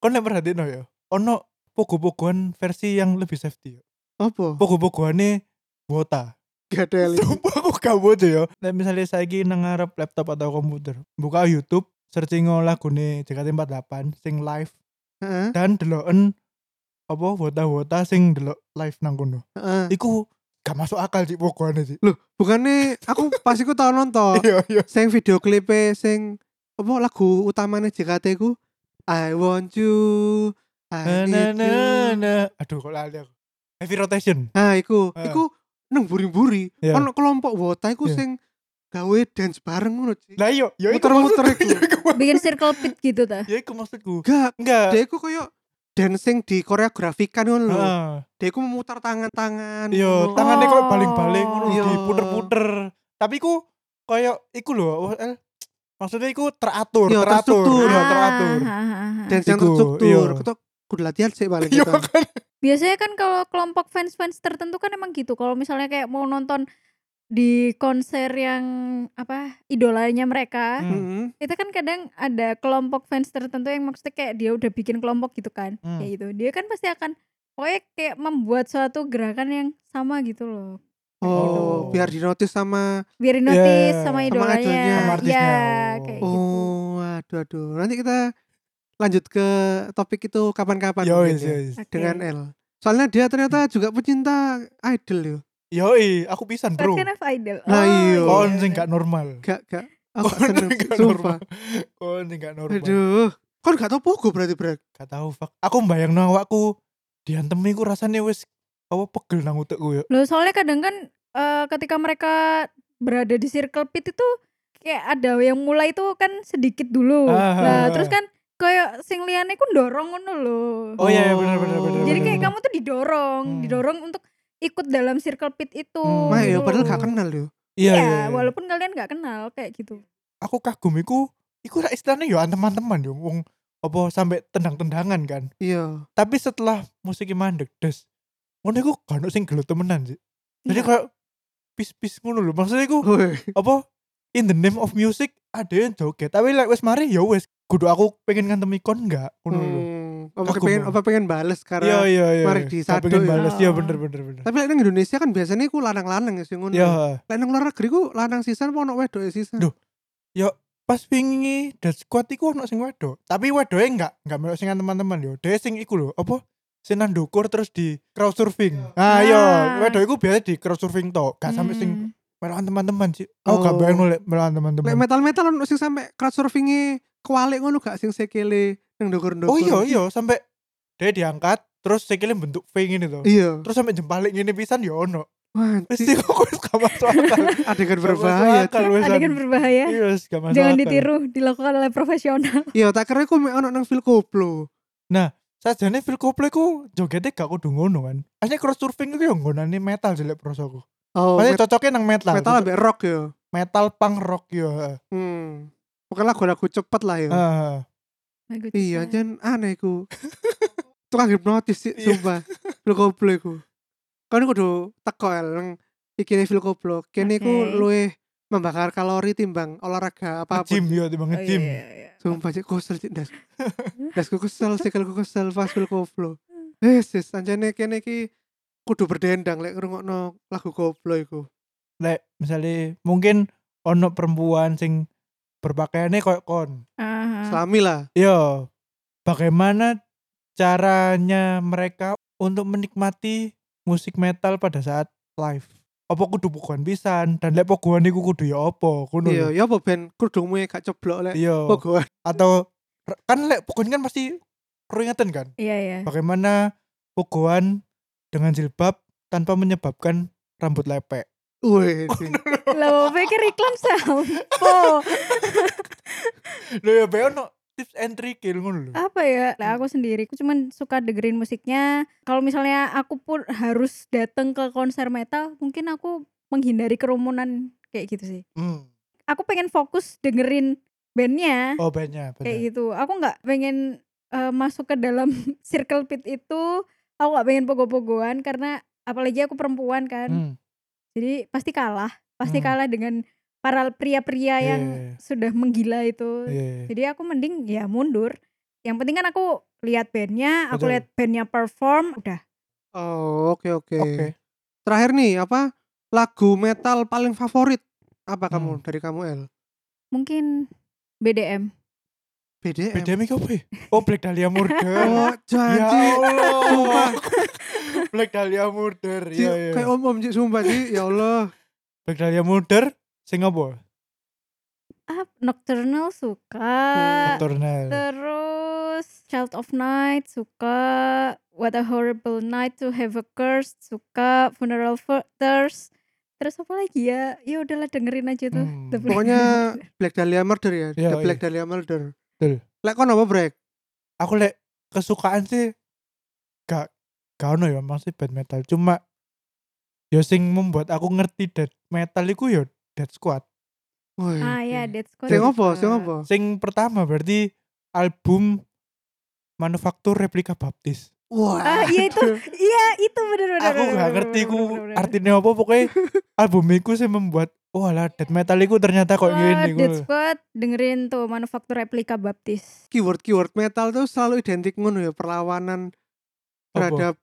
[SPEAKER 4] Kau nek perhatiin no ya. Ono pogo-pogoan versi yang lebih safety.
[SPEAKER 2] Apa?
[SPEAKER 4] Pogo-pogoane wota.
[SPEAKER 2] Gak ada li.
[SPEAKER 4] Sumpah aku kabut ya. Nah, misalnya saya lagi ngarep laptop atau komputer, buka YouTube, searching lagu nih JKT48 sing live
[SPEAKER 2] Heeh,
[SPEAKER 4] dan deloken apa wota-wota sing delok live nang kono.
[SPEAKER 2] heeh.
[SPEAKER 4] Iku gak masuk akal sih pokoknya sih.
[SPEAKER 2] Bukannya aku pas iku tau nonton
[SPEAKER 4] Iya iya.
[SPEAKER 2] sing video klipe sing apa lagu utamane JKT ku I want you I
[SPEAKER 4] Na
[SPEAKER 2] need
[SPEAKER 4] na
[SPEAKER 2] you
[SPEAKER 4] na. nah, Aduh kok lali aku. Heavy rotation.
[SPEAKER 2] Nah, iku,
[SPEAKER 4] Ah.
[SPEAKER 2] iku nang buri-buri.
[SPEAKER 4] Iya.
[SPEAKER 2] Ono kelompok wota iku
[SPEAKER 4] Iya.
[SPEAKER 2] sing gawe dance bareng ngono, Ci.
[SPEAKER 4] Lah iya, ya iku
[SPEAKER 2] Muter-muter
[SPEAKER 4] maksudku,
[SPEAKER 2] iku.
[SPEAKER 4] ya iku.
[SPEAKER 3] bikin circle pit gitu tuh
[SPEAKER 4] Ya iku maksudku.
[SPEAKER 2] Enggak,
[SPEAKER 4] Enggak.
[SPEAKER 2] dhek iku koyo dancing di koreografikan ngono lho.
[SPEAKER 4] Heeh.
[SPEAKER 2] Dia iku memutar tangan-tangan.
[SPEAKER 4] Ah. Iya,
[SPEAKER 2] ngono.
[SPEAKER 4] tangannya
[SPEAKER 3] Oh.
[SPEAKER 4] kok balik-balik ngono
[SPEAKER 2] Iya.
[SPEAKER 4] diputer-puter. Tapi ku koyo iku lho, oh, eh, maksudnya iku teratur,
[SPEAKER 2] Iya,
[SPEAKER 4] teratur,
[SPEAKER 2] terstruktur.
[SPEAKER 4] iya,
[SPEAKER 3] Ah,
[SPEAKER 4] teratur.
[SPEAKER 3] ah, ah, ah.
[SPEAKER 2] dance yang
[SPEAKER 4] Iku,
[SPEAKER 2] terstruktur.
[SPEAKER 4] iya.
[SPEAKER 2] Ketok kudu latihan sih paling
[SPEAKER 4] Iya
[SPEAKER 2] kita.
[SPEAKER 4] kan.
[SPEAKER 3] Biasanya kan kalau kelompok fans-fans tertentu kan emang gitu. Kalau misalnya kayak mau nonton di konser yang apa idolanya mereka,
[SPEAKER 4] Hmm.
[SPEAKER 2] Mm-mm.
[SPEAKER 3] itu kan kadang ada kelompok fans tertentu yang maksudnya kayak dia udah bikin kelompok gitu kan.
[SPEAKER 4] Hmm.
[SPEAKER 3] Kayak gitu. Dia kan pasti akan pokoknya kayak membuat suatu gerakan yang sama gitu loh.
[SPEAKER 2] Oh,
[SPEAKER 4] Gitu.
[SPEAKER 2] biar dinotis sama
[SPEAKER 3] Biar di notice
[SPEAKER 4] Yeah.
[SPEAKER 3] sama
[SPEAKER 2] Sama
[SPEAKER 3] idolanya.
[SPEAKER 2] idolnya. Sama
[SPEAKER 3] ya,
[SPEAKER 4] artisnya.
[SPEAKER 3] kayak gitu.
[SPEAKER 2] Oh, aduh aduh. Nanti kita lanjut ke topik itu kapan-kapan mungkin
[SPEAKER 4] Yois,
[SPEAKER 2] ya,
[SPEAKER 4] yois.
[SPEAKER 3] Oke.
[SPEAKER 2] dengan
[SPEAKER 4] Iya.
[SPEAKER 2] L. Soalnya dia ternyata
[SPEAKER 4] Hmm.
[SPEAKER 2] juga pecinta idol ya. yo.
[SPEAKER 4] Yoi, aku pisan,
[SPEAKER 3] What
[SPEAKER 4] Bro.
[SPEAKER 3] kind of idol?
[SPEAKER 2] Nah, iya.
[SPEAKER 4] Kon
[SPEAKER 3] iya,
[SPEAKER 4] sing
[SPEAKER 3] iya.
[SPEAKER 4] gak normal.
[SPEAKER 2] Gak gak aku gak
[SPEAKER 4] Kon
[SPEAKER 2] seneng
[SPEAKER 4] sing gak
[SPEAKER 2] sumpah.
[SPEAKER 4] normal. Kon sing gak normal.
[SPEAKER 2] Aduh. Kon gak tau pogo berarti brek.
[SPEAKER 4] Gak tahu fuck. Aku mbayangno awakku diantem iku rasane wis apa pegel nang utekku yo.
[SPEAKER 3] Loh soalnya kadang kan eh, ketika mereka berada di circle pit itu kayak ada yang mulai itu kan sedikit dulu.
[SPEAKER 4] Ah.
[SPEAKER 3] Nah, terus kan kayak sing liyane ku dorong ngono lho.
[SPEAKER 4] Oh iya, iya, bener, bener, bener,
[SPEAKER 3] Jadi
[SPEAKER 4] bener,
[SPEAKER 3] kayak
[SPEAKER 4] bener.
[SPEAKER 3] kamu tuh didorong,
[SPEAKER 4] Hmm.
[SPEAKER 3] didorong untuk ikut dalam circle pit itu.
[SPEAKER 4] Hmm.
[SPEAKER 2] Mah ya
[SPEAKER 3] gitu
[SPEAKER 2] padahal
[SPEAKER 3] loh.
[SPEAKER 2] gak kenal yo.
[SPEAKER 3] Iya,
[SPEAKER 4] iya.
[SPEAKER 3] walaupun kalian gak kenal kayak gitu.
[SPEAKER 4] aku kagum iku iku rak istilahnya yo teman-teman yo wong apa sampai tendang-tendangan kan
[SPEAKER 2] Iya.
[SPEAKER 4] tapi setelah musiknya mandek des ngono iku gak ono sing gelo temenan sih
[SPEAKER 3] Iya.
[SPEAKER 4] jadi kayak pis-pis ngono lho maksudnya iku
[SPEAKER 2] Woi.
[SPEAKER 4] apa in the name of music ada yang joget tapi like wes mari ya wes kudu aku pengen ngantem ikon enggak ngono lho
[SPEAKER 2] Hmm. Apa
[SPEAKER 4] Kagum
[SPEAKER 2] pengen
[SPEAKER 4] aku.
[SPEAKER 2] apa pengen bales
[SPEAKER 4] iya
[SPEAKER 2] karena
[SPEAKER 4] iya iya
[SPEAKER 2] mari
[SPEAKER 4] Gak
[SPEAKER 2] disadu,
[SPEAKER 4] pengen
[SPEAKER 2] ya.
[SPEAKER 4] bales ya
[SPEAKER 3] Oh.
[SPEAKER 4] bener bener bener
[SPEAKER 2] tapi like, nang Indonesia kan biasanya ku lanang-lanang ya sing ngono.
[SPEAKER 4] ya
[SPEAKER 2] Lek nang luar negeri ku lanang sisan apa ono wedok ya sisan.
[SPEAKER 4] Duh. pas wingi dan squad iku ono sing wedok tapi wedoke enggak enggak melok sing teman-teman yo dhewe sing iku lho apa sing nang ndukur terus di crowd surfing ah yo
[SPEAKER 3] Ah.
[SPEAKER 4] wedok iku biasa di crowd surfing tok gak sampe
[SPEAKER 3] Hmm.
[SPEAKER 4] sing melokan teman-teman sih aku gak
[SPEAKER 2] Oh.
[SPEAKER 4] bayangno lek melokan
[SPEAKER 2] Lek
[SPEAKER 4] teman-teman
[SPEAKER 2] metal-metal ono sing sampe crowd surfinge kewalik ngono gak sing sekele nang ndukur-ndukur.
[SPEAKER 4] oh iya iya sampe dhewe diangkat terus sikile bentuk V ngene to
[SPEAKER 2] Iya.
[SPEAKER 4] terus sampe jempalik ngene pisan yo ono
[SPEAKER 2] Wah,
[SPEAKER 4] wis
[SPEAKER 2] anjing.
[SPEAKER 4] iku wis gak masuk akal
[SPEAKER 2] adegan
[SPEAKER 4] Gak masuk
[SPEAKER 2] berbahaya.
[SPEAKER 4] akal, wis,
[SPEAKER 3] Adegan
[SPEAKER 4] an.
[SPEAKER 3] berbahaya.
[SPEAKER 4] iya wis gak masuk
[SPEAKER 3] Jangan
[SPEAKER 4] akal.
[SPEAKER 3] ditiru, dilakukan oleh profesional.
[SPEAKER 2] Iya, tak kira aku mek ono nang film koplo.
[SPEAKER 4] sajane Phil Copley ku jogetnya gak kudu ngono kan aslinya crowd surfing iku yo nggonane metal jelek prosoku
[SPEAKER 2] Oh,
[SPEAKER 4] Pokoknya
[SPEAKER 2] met-
[SPEAKER 4] cocoknya nang metal.
[SPEAKER 2] metal
[SPEAKER 4] Cocok-
[SPEAKER 2] ambek rock ya.
[SPEAKER 4] metal punk rock yo. heeh.
[SPEAKER 2] Hmm. Bukan lagu-lagu cepet lah ya.
[SPEAKER 4] Heeh.
[SPEAKER 3] Lagu
[SPEAKER 2] Iya,
[SPEAKER 4] Hmm.
[SPEAKER 3] cinta.
[SPEAKER 2] jan aneh ku. Tukang hipnotis sih,
[SPEAKER 4] Iya.
[SPEAKER 2] sumpah. Film koplo iku. Kan kudu teko el nang ikine film koplo. Kene iku
[SPEAKER 3] Oke.
[SPEAKER 2] luwih membakar kalori timbang olahraga
[SPEAKER 4] Nge-gym
[SPEAKER 2] apapun.
[SPEAKER 4] yo timbang
[SPEAKER 3] Oh, iya,
[SPEAKER 4] nge-gym.
[SPEAKER 3] iya, iya.
[SPEAKER 2] Sumpah cek kusel cek das. das ku kesel, sikil ku kesel pas film koplo. Eh, sis, anjane kene iki kudu berdendang lek ngrungokno lagu koplo iku.
[SPEAKER 4] Lek misalnya mungkin ono perempuan sing berpakaiannya koyo kon.
[SPEAKER 3] Ah, ah.
[SPEAKER 2] Selami lah.
[SPEAKER 4] Yo. Bagaimana caranya mereka untuk menikmati musik metal pada saat live? Apa kudu pokokan pisan dan lek pokokan iku kudu ya apa? Kudu.
[SPEAKER 2] Iya, ya apa ben kerudungmu ya gak ceblok lek.
[SPEAKER 4] Iya.
[SPEAKER 2] Pogoan.
[SPEAKER 4] Atau kan lek pokokan kan pasti keringetan kan?
[SPEAKER 3] Iya, iya.
[SPEAKER 4] Bagaimana pokokan dengan jilbab tanpa menyebabkan rambut lepek?
[SPEAKER 2] Wih, sih.
[SPEAKER 3] Lah, mau pikir iklan sampo.
[SPEAKER 4] Lho ya bae ono tips and trick ya, ngono lho.
[SPEAKER 3] Apa ya? Lah aku sendiri, aku cuman suka dengerin musiknya. Kalau misalnya aku pun harus datang ke konser metal, mungkin aku menghindari kerumunan kayak gitu sih.
[SPEAKER 4] Hmm.
[SPEAKER 3] Aku pengen fokus dengerin bandnya
[SPEAKER 4] Oh banyak,
[SPEAKER 3] kayak
[SPEAKER 4] banyak.
[SPEAKER 3] gitu. Aku nggak pengen eh, masuk ke dalam circle pit itu. Aku nggak pengen pogo-pogoan karena apalagi aku perempuan kan.
[SPEAKER 4] Hmm.
[SPEAKER 3] Jadi pasti kalah, pasti
[SPEAKER 4] Hmm.
[SPEAKER 3] kalah dengan para pria-pria yang
[SPEAKER 4] Iya.
[SPEAKER 3] sudah menggila itu.
[SPEAKER 4] Iya.
[SPEAKER 3] Jadi aku mending ya mundur. Yang penting kan aku lihat bandnya, aku
[SPEAKER 4] Betul.
[SPEAKER 3] lihat bandnya perform, udah.
[SPEAKER 2] Oh, oke oke.
[SPEAKER 4] Oke.
[SPEAKER 2] Terakhir nih, apa lagu metal paling favorit apa kamu
[SPEAKER 4] Hmm.
[SPEAKER 2] dari kamu El?
[SPEAKER 3] Mungkin BDM.
[SPEAKER 2] BDM.
[SPEAKER 4] Beda mic apa? ya? Oh Black Dahlia Murder.
[SPEAKER 2] Oh,
[SPEAKER 4] ya
[SPEAKER 2] janji.
[SPEAKER 4] Allah.
[SPEAKER 2] Sumpah,
[SPEAKER 4] Black Dahlia Murder.
[SPEAKER 2] Ci,
[SPEAKER 4] Iya, iya.
[SPEAKER 2] kayak om-om Ci, sumpah Ci. ya Allah.
[SPEAKER 4] Black Dahlia Murder sing apa?
[SPEAKER 3] Ah, Nocturnal suka.
[SPEAKER 2] Eh,
[SPEAKER 4] Nocturnal.
[SPEAKER 3] Terus Child of Night suka. What a Horrible Night to Have a Curse suka. Funeral for Thirst. Terus apa lagi ya? Ya udahlah dengerin aja tuh.
[SPEAKER 4] Hmm.
[SPEAKER 3] The Black
[SPEAKER 2] Pokoknya Black Dahlia Murder ya.
[SPEAKER 4] Iya,
[SPEAKER 2] The Black Dahlia Murder.
[SPEAKER 4] Betul.
[SPEAKER 2] Lek kon apa brek?
[SPEAKER 4] Aku lek kesukaan sih gak ono ya maksudnya band metal cuma ya sing membuat aku ngerti death metal iku ya Dead Squad
[SPEAKER 2] Woi.
[SPEAKER 3] ah ya Dead Squad
[SPEAKER 2] Sing
[SPEAKER 3] juga.
[SPEAKER 2] opo? Sing opo?
[SPEAKER 4] sing pertama berarti album manufaktur replika baptis
[SPEAKER 3] ah iya itu iya itu bener bener
[SPEAKER 4] aku
[SPEAKER 3] bener,
[SPEAKER 4] gak
[SPEAKER 3] bener,
[SPEAKER 4] ngerti
[SPEAKER 3] bener,
[SPEAKER 4] ku
[SPEAKER 3] bener, bener.
[SPEAKER 4] artinya apa pokoknya album iku sih membuat wah lah death metal iku ternyata kok
[SPEAKER 3] Wah,
[SPEAKER 4] gini
[SPEAKER 3] Dead
[SPEAKER 4] ku
[SPEAKER 3] Squad dengerin tuh manufaktur replika baptis
[SPEAKER 2] Keyword-keyword metal tuh selalu identik ngono ya perlawanan terhadap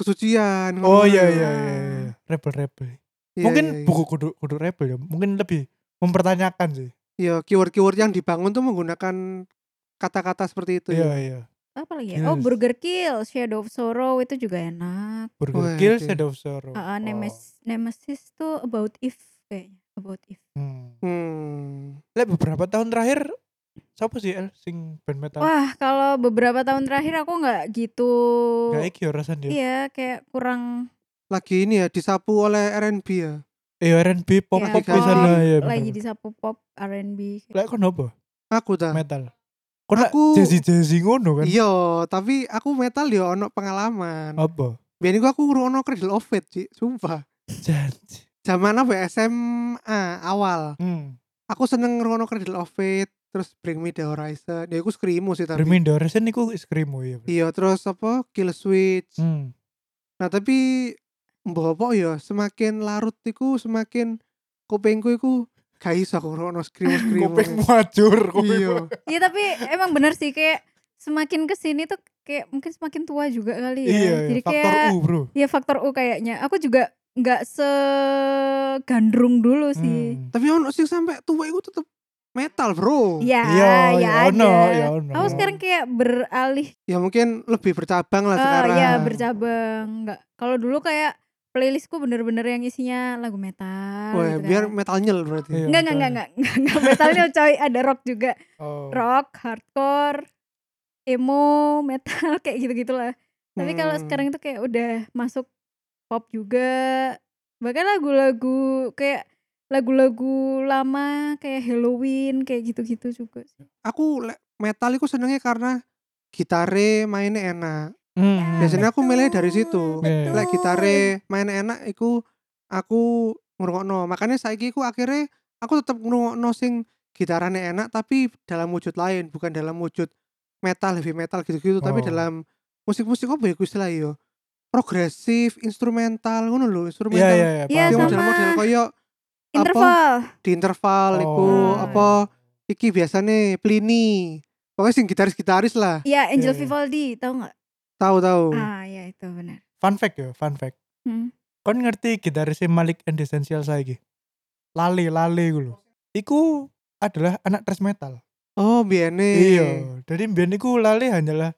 [SPEAKER 2] kesucian.
[SPEAKER 4] oh
[SPEAKER 2] ngono
[SPEAKER 4] iya
[SPEAKER 2] ya.
[SPEAKER 4] iya iya iya. rebel rebel
[SPEAKER 2] Iya,
[SPEAKER 4] mungkin
[SPEAKER 2] iya, iya.
[SPEAKER 4] buku kudu kudu rebel ya mungkin lebih mempertanyakan sih
[SPEAKER 2] Iya, keyword-keyword yang dibangun tuh menggunakan kata-kata seperti itu.
[SPEAKER 4] iya
[SPEAKER 2] ya.
[SPEAKER 4] iya
[SPEAKER 3] apa lagi ya? oh
[SPEAKER 4] Yes.
[SPEAKER 3] Burger Kill Shadow of Sorrow itu juga enak
[SPEAKER 4] Burger
[SPEAKER 2] Wah,
[SPEAKER 4] Kill
[SPEAKER 2] oke.
[SPEAKER 4] Shadow of Sorrow
[SPEAKER 3] Ah, ah, Nemes- Nemesis tuh about if kayaknya about if
[SPEAKER 4] Oh, hmm.
[SPEAKER 2] Hmm.
[SPEAKER 4] Lek, beberapa tahun terakhir siapa sih El sing band metal
[SPEAKER 3] wah kalau beberapa tahun terakhir aku nggak gitu
[SPEAKER 4] gak iki ya rasanya dia
[SPEAKER 3] iya kayak kurang
[SPEAKER 2] Lagi ini ya disapu oleh R&B ya.
[SPEAKER 4] eh R&B pop
[SPEAKER 3] Ya,
[SPEAKER 4] pop
[SPEAKER 2] pop,
[SPEAKER 4] bisa lah ya bener.
[SPEAKER 3] lagi disapu pop R&B
[SPEAKER 4] Lek kon apa
[SPEAKER 2] Aku ta.
[SPEAKER 3] Ah.
[SPEAKER 4] metal kon lek
[SPEAKER 2] Aku-
[SPEAKER 4] jazzy jazzy ngono kan
[SPEAKER 2] Iya, tapi aku metal ya ono pengalaman.
[SPEAKER 4] apa
[SPEAKER 2] Biar gua aku ngurung ono Cradle of Fate, Ci. Sumpah.
[SPEAKER 4] janji
[SPEAKER 2] Zaman apa ya? SMA awal.
[SPEAKER 4] hmm.
[SPEAKER 2] Aku seneng ngurung ono Cradle of Fate, terus Bring Me The Horizon. Ya aku Screamo sih tapi.
[SPEAKER 4] Dreaming the Horizon iku screamo ya
[SPEAKER 2] Iya, terus apa? Kill Switch.
[SPEAKER 4] hmm.
[SPEAKER 2] Nah, tapi mbok apa ya semakin larut iku semakin kupingku iku gak iso aku ngurung ono Screamo-Screamo.
[SPEAKER 4] kuping muajur kuping
[SPEAKER 2] Iya.
[SPEAKER 3] Iya tapi emang bener sih kayak semakin kesini tuh kayak mungkin semakin tua juga kali ya.
[SPEAKER 4] iya,
[SPEAKER 3] Jadi
[SPEAKER 4] faktor
[SPEAKER 3] kayak
[SPEAKER 4] U bro
[SPEAKER 3] ya faktor U kayaknya. Aku juga nggak segandrung dulu sih.
[SPEAKER 4] Hmm.
[SPEAKER 2] Tapi ono sing sampai tua iku tetep metal, Bro.
[SPEAKER 3] Ya,
[SPEAKER 4] Iya,
[SPEAKER 3] ya,
[SPEAKER 4] ya
[SPEAKER 3] ada.
[SPEAKER 4] ono, ya ono.
[SPEAKER 3] Aku sekarang kayak beralih
[SPEAKER 2] Ya mungkin lebih bercabang
[SPEAKER 4] Nah,
[SPEAKER 2] lah
[SPEAKER 3] eh,
[SPEAKER 2] sekarang.
[SPEAKER 3] ya bercabang. Nggak. Kalau dulu kayak playlistku bener-bener yang isinya lagu metal.
[SPEAKER 2] Wah,
[SPEAKER 3] gitu
[SPEAKER 2] biar
[SPEAKER 3] kan.
[SPEAKER 2] metalnya berarti.
[SPEAKER 4] Iya,
[SPEAKER 3] Nggak, nggak, nggak, nggak, nggak, nggak metalnya coy. Ada rock juga.
[SPEAKER 4] Oh.
[SPEAKER 3] Rock, hardcore, emo, metal kayak gitu-gitulah. Tapi kalau
[SPEAKER 2] Hmm.
[SPEAKER 3] sekarang itu kayak udah masuk pop juga. Bahkan lagu-lagu kayak lagu-lagu lama kayak Halloween kayak gitu-gitu juga. sih.
[SPEAKER 2] aku le- metal itu senengnya karena gitare mainnya enak.
[SPEAKER 4] Hmm.
[SPEAKER 3] Ya,
[SPEAKER 2] Biasanya aku milih dari
[SPEAKER 3] betul,
[SPEAKER 2] situ.
[SPEAKER 4] Iya.
[SPEAKER 2] Lek gitare mainnya enak iku aku ngrungokno. Makanya saiki aku akhirnya aku tetap ngrungokno sing gitarane enak tapi dalam wujud lain, bukan dalam wujud metal heavy metal gitu-gitu, tapi
[SPEAKER 4] Oh.
[SPEAKER 2] dalam musik-musik apa ya iku istilah yo. Progresif, instrumental ngono lho,
[SPEAKER 4] Iya, iya,
[SPEAKER 2] instrumental.
[SPEAKER 4] iya.
[SPEAKER 3] Iya,
[SPEAKER 2] Yang
[SPEAKER 4] paham.
[SPEAKER 3] sama.
[SPEAKER 2] model-model koyo
[SPEAKER 3] Interval.
[SPEAKER 2] di interval iku
[SPEAKER 3] Oh.
[SPEAKER 2] apa iki biasanya Plini. Pokoknya sing gitaris-gitaris lah.
[SPEAKER 3] Ya Angel
[SPEAKER 4] Iya, iya.
[SPEAKER 3] Vivaldi, tahu nggak?
[SPEAKER 2] Tahu-tahu.
[SPEAKER 3] Ah, ya itu benar.
[SPEAKER 4] Fun fact ya, fun fact.
[SPEAKER 3] Hmm.
[SPEAKER 4] Kon ngerti gitaris Malik and the Essential saiki? Lale, lale gue lho. Iku adalah anak thrash metal.
[SPEAKER 2] Oh, biene.
[SPEAKER 4] Iya, jadi mbiyen iku lale hanyalah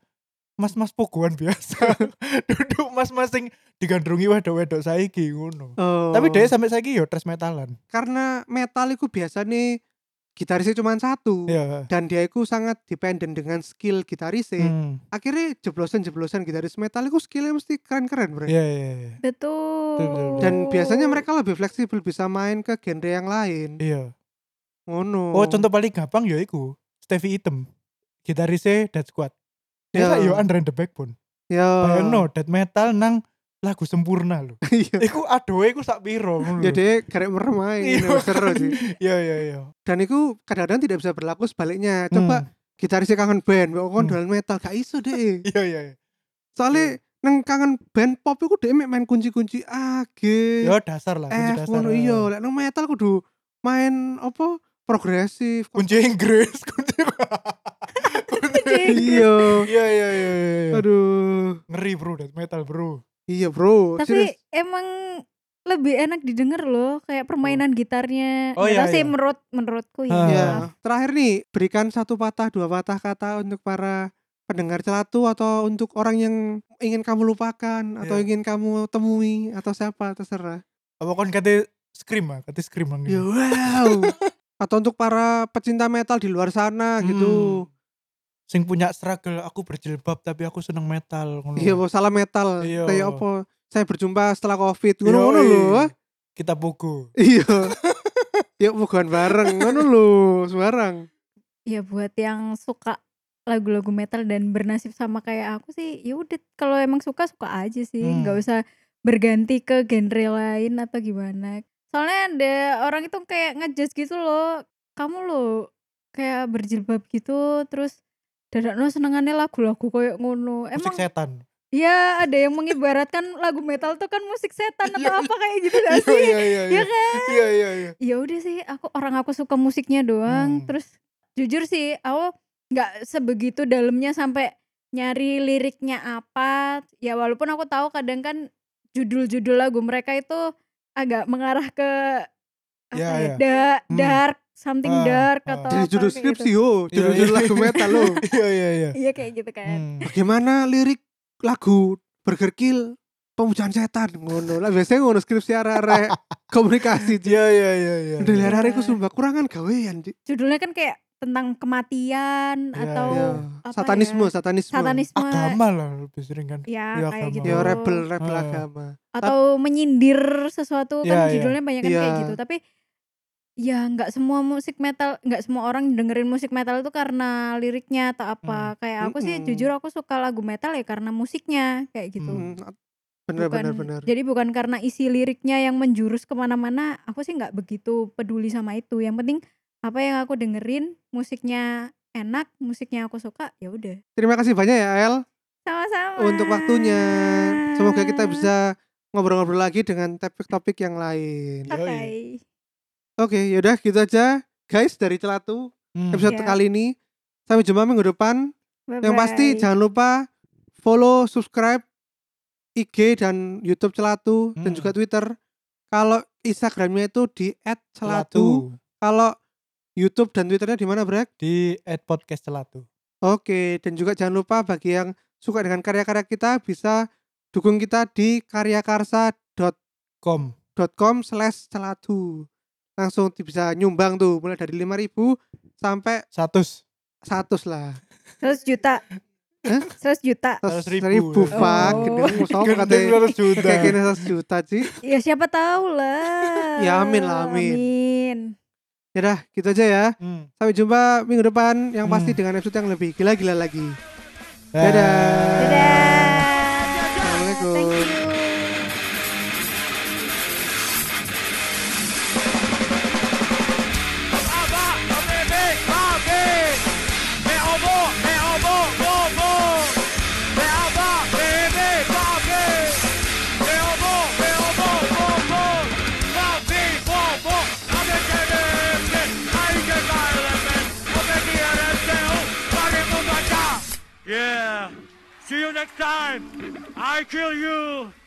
[SPEAKER 4] mas-mas pogoan biasa. Duduk mas-mas sing digandrungi wedok-wedok saiki ngono.
[SPEAKER 2] Oh.
[SPEAKER 4] Tapi dia sampai saiki yo thrash metalan.
[SPEAKER 2] karena metal itu biasanya gitarisnya cuma satu.
[SPEAKER 4] Iya.
[SPEAKER 2] Dan dia itu sangat dependen dengan skill gitarisnya.
[SPEAKER 4] Hmm.
[SPEAKER 2] Akhirnya jeblosan-jeblosan gitaris metal itu skillnya mesti keren-keren, Bre.
[SPEAKER 4] Iya, Oh. iya, iya.
[SPEAKER 3] Betul.
[SPEAKER 4] Betul, betul, betul.
[SPEAKER 2] Dan biasanya mereka lebih fleksibel bisa main ke genre yang lain.
[SPEAKER 4] Iya.
[SPEAKER 2] Ngono.
[SPEAKER 4] Oh, contoh paling gampang ya iku. Stevie Item. Gitarisnya Dead Squad. Dia
[SPEAKER 2] Iya.
[SPEAKER 4] sak yo under the backbone.
[SPEAKER 2] Ya.
[SPEAKER 4] Bayangno death metal nang lagu sempurna lho.
[SPEAKER 2] Iya.
[SPEAKER 4] Iku adoe iku sak piro ngono
[SPEAKER 2] Ya
[SPEAKER 4] lho.
[SPEAKER 2] dia karek merem aja,
[SPEAKER 4] Hmm. Iya.
[SPEAKER 2] ngono, seru sih.
[SPEAKER 4] Iya iya iya.
[SPEAKER 2] Dan itu kadang-kadang tidak bisa berlaku sebaliknya. Coba gitarisnya kangen band, kok kon
[SPEAKER 4] Hmm.
[SPEAKER 2] dolan metal gak iso deh.
[SPEAKER 4] Hmm. Iya iya iya.
[SPEAKER 2] Soalnya neng kangen band pop iku dhek mek main kunci-kunci A, G,
[SPEAKER 4] Yo dasar lah, kunci
[SPEAKER 2] F
[SPEAKER 4] dasar.
[SPEAKER 2] ngono iya. Lek neng metal kudu main apa? Progresif.
[SPEAKER 4] Kunci Inggris, kunci.
[SPEAKER 2] Iya.
[SPEAKER 4] Iya iya iya iya.
[SPEAKER 2] Aduh.
[SPEAKER 4] Ngeri bro death metal bro.
[SPEAKER 2] Iya, Bro.
[SPEAKER 3] Tapi
[SPEAKER 2] Serius.
[SPEAKER 3] emang lebih enak didengar loh kayak permainan gitarnya.
[SPEAKER 4] Oh,
[SPEAKER 3] Nggak
[SPEAKER 4] iya,
[SPEAKER 3] tahu sih
[SPEAKER 4] iya.
[SPEAKER 3] menurut menurutku ya.
[SPEAKER 4] Ah.
[SPEAKER 2] Iya.
[SPEAKER 3] maaf.
[SPEAKER 2] Terakhir nih, berikan satu patah dua patah kata untuk para pendengar celatu atau untuk orang yang ingin kamu lupakan atau
[SPEAKER 4] Iya.
[SPEAKER 2] ingin kamu temui atau siapa terserah.
[SPEAKER 4] Apa kon kate scream ah, kate scream nang
[SPEAKER 2] Ya
[SPEAKER 4] ngene.
[SPEAKER 2] wow. atau untuk para pecinta metal di luar sana gitu.
[SPEAKER 4] Hmm. Sing punya struggle aku berjilbab tapi aku seneng metal ngono.
[SPEAKER 2] Iya, bos, salah metal.
[SPEAKER 4] Hmm. Iya.
[SPEAKER 2] Kayak apa? Saya berjumpa setelah Covid.
[SPEAKER 4] Yoi.
[SPEAKER 2] Ngono-ngono lho.
[SPEAKER 4] Kita pogo.
[SPEAKER 2] Iya.
[SPEAKER 3] Oh,
[SPEAKER 2] Yuk bukan bareng ngono lho, sembarang.
[SPEAKER 3] Ya buat yang suka lagu-lagu metal dan bernasib sama kayak aku sih ya udah kalau emang suka suka aja sih
[SPEAKER 4] Hmm.
[SPEAKER 3] nggak usah berganti ke genre lain atau gimana soalnya ada orang itu kayak ngejudge gitu loh kamu loh kayak berjilbab gitu terus dadak no senengannya lagu-lagu kayak ngono
[SPEAKER 4] musik
[SPEAKER 3] emang
[SPEAKER 4] setan
[SPEAKER 3] ya ada yang mengibaratkan lagu metal tuh kan musik setan
[SPEAKER 4] Iya,
[SPEAKER 3] atau apa kayak gitu gak
[SPEAKER 4] iya
[SPEAKER 3] sih
[SPEAKER 4] iya
[SPEAKER 3] ya
[SPEAKER 4] iya iya
[SPEAKER 3] kan
[SPEAKER 4] iya iya iya
[SPEAKER 3] ya udah sih aku orang aku suka musiknya doang
[SPEAKER 4] Hmm.
[SPEAKER 3] terus jujur sih aku nggak sebegitu dalamnya sampai nyari liriknya apa ya walaupun aku tahu kadang kan judul-judul lagu mereka itu agak mengarah ke apa
[SPEAKER 4] Ya,
[SPEAKER 3] ya,
[SPEAKER 4] ya.
[SPEAKER 3] da-
[SPEAKER 4] Hmm.
[SPEAKER 3] dark something
[SPEAKER 4] Ah,
[SPEAKER 3] dark
[SPEAKER 4] ah.
[SPEAKER 3] atau
[SPEAKER 2] Jadi
[SPEAKER 3] apa
[SPEAKER 2] judul
[SPEAKER 3] kayak
[SPEAKER 2] skripsi
[SPEAKER 3] gitu.
[SPEAKER 2] yo, judul judul
[SPEAKER 4] iya.
[SPEAKER 2] lagu metal lo.
[SPEAKER 4] iya iya iya
[SPEAKER 3] iya kayak gitu kan
[SPEAKER 4] Hmm.
[SPEAKER 2] Bagaimana lirik lagu Burger Kill pemujaan setan ngono. Lah biasanya ngono skripsi arek-arek komunikasi. Ci.
[SPEAKER 4] iya iya iya iya
[SPEAKER 2] Udah lihat arek ku sumpah kurangan gawean, Ci.
[SPEAKER 3] judulnya kan kayak tentang kematian
[SPEAKER 4] Ya,
[SPEAKER 3] atau
[SPEAKER 4] ya.
[SPEAKER 3] Oh, apa
[SPEAKER 2] Satanisme,
[SPEAKER 3] ya,
[SPEAKER 2] satanisme.
[SPEAKER 3] satanisme
[SPEAKER 4] agama lah lebih sering kan
[SPEAKER 3] ya,
[SPEAKER 4] Ya,
[SPEAKER 3] kayak
[SPEAKER 4] agama.
[SPEAKER 3] gitu
[SPEAKER 2] Ya rebel, rebel
[SPEAKER 4] Ah.
[SPEAKER 2] agama.
[SPEAKER 3] atau menyindir sesuatu
[SPEAKER 4] Iya,
[SPEAKER 3] kan
[SPEAKER 4] iya.
[SPEAKER 3] judulnya banyak kan kayak
[SPEAKER 2] Iya.
[SPEAKER 3] gitu tapi ya nggak semua musik metal nggak semua orang dengerin musik metal itu karena liriknya atau apa kayak aku sih
[SPEAKER 2] Hmm. Mm-mm.
[SPEAKER 3] jujur aku suka lagu metal ya karena musiknya kayak gitu
[SPEAKER 2] Mm, Bener,
[SPEAKER 3] bukan
[SPEAKER 2] bener, bener.
[SPEAKER 3] jadi bukan karena isi liriknya yang menjurus kemana-mana aku sih nggak begitu peduli sama itu yang penting apa yang aku dengerin musiknya enak musiknya aku suka ya udah
[SPEAKER 2] Terima kasih banyak ya El
[SPEAKER 3] sama-sama
[SPEAKER 2] untuk waktunya. Semoga kita bisa ngobrol-ngobrol lagi dengan topik-topik yang lain.
[SPEAKER 3] oke
[SPEAKER 2] Oke, yaudah gitu aja guys dari Celatu
[SPEAKER 4] Hmm.
[SPEAKER 2] episode
[SPEAKER 3] Siap.
[SPEAKER 2] kali ini. Sampai jumpa minggu depan. Yang pasti
[SPEAKER 3] Bye-bye.
[SPEAKER 2] jangan lupa follow, subscribe IG dan YouTube Celatu dan
[SPEAKER 4] Hmm.
[SPEAKER 2] juga Twitter. Kalau Instagramnya itu di @celatu.
[SPEAKER 4] celatu
[SPEAKER 2] Kalau YouTube dan Twitternya di mana, Brek?
[SPEAKER 4] di at podcast celatu
[SPEAKER 2] Oke, dan juga jangan lupa bagi yang suka dengan karya-karya kita bisa dukung kita di karyakarsa.com
[SPEAKER 4] com
[SPEAKER 2] slash celatu langsung ti- bisa nyumbang tuh mulai dari 5000 sampai
[SPEAKER 4] status
[SPEAKER 2] 100 lah
[SPEAKER 3] 100 juta.
[SPEAKER 2] Hah?
[SPEAKER 3] 100 juta.
[SPEAKER 2] 100
[SPEAKER 4] 100.000.
[SPEAKER 2] ribu pak Gitu. gede
[SPEAKER 3] Oh.
[SPEAKER 2] ngomong sama
[SPEAKER 4] gendeng
[SPEAKER 2] katanya
[SPEAKER 4] 200 ya. juta
[SPEAKER 2] kayak gini 100 juta sih
[SPEAKER 3] Ya siapa tahu lah.
[SPEAKER 2] Ya, amin lah, amin.
[SPEAKER 3] Amin.
[SPEAKER 2] ya dah gitu aja ya
[SPEAKER 4] Hmm.
[SPEAKER 2] sampai jumpa minggu depan yang pasti
[SPEAKER 4] Hmm.
[SPEAKER 2] dengan episode yang lebih gila-gila lagi
[SPEAKER 4] Dadah.
[SPEAKER 3] Dadah.
[SPEAKER 2] Assalamualaikum.
[SPEAKER 3] Thank you.
[SPEAKER 5] Aba, obebe, babe. Me obo, me obo, bobo. Me aba, bebe, babe. Me obo, me obo, bobo. Babi, bobo. Ame kelebne, ay que baileme. Obedienceu, vale mundo acá.
[SPEAKER 1] Yeah. See you next time. I kill you.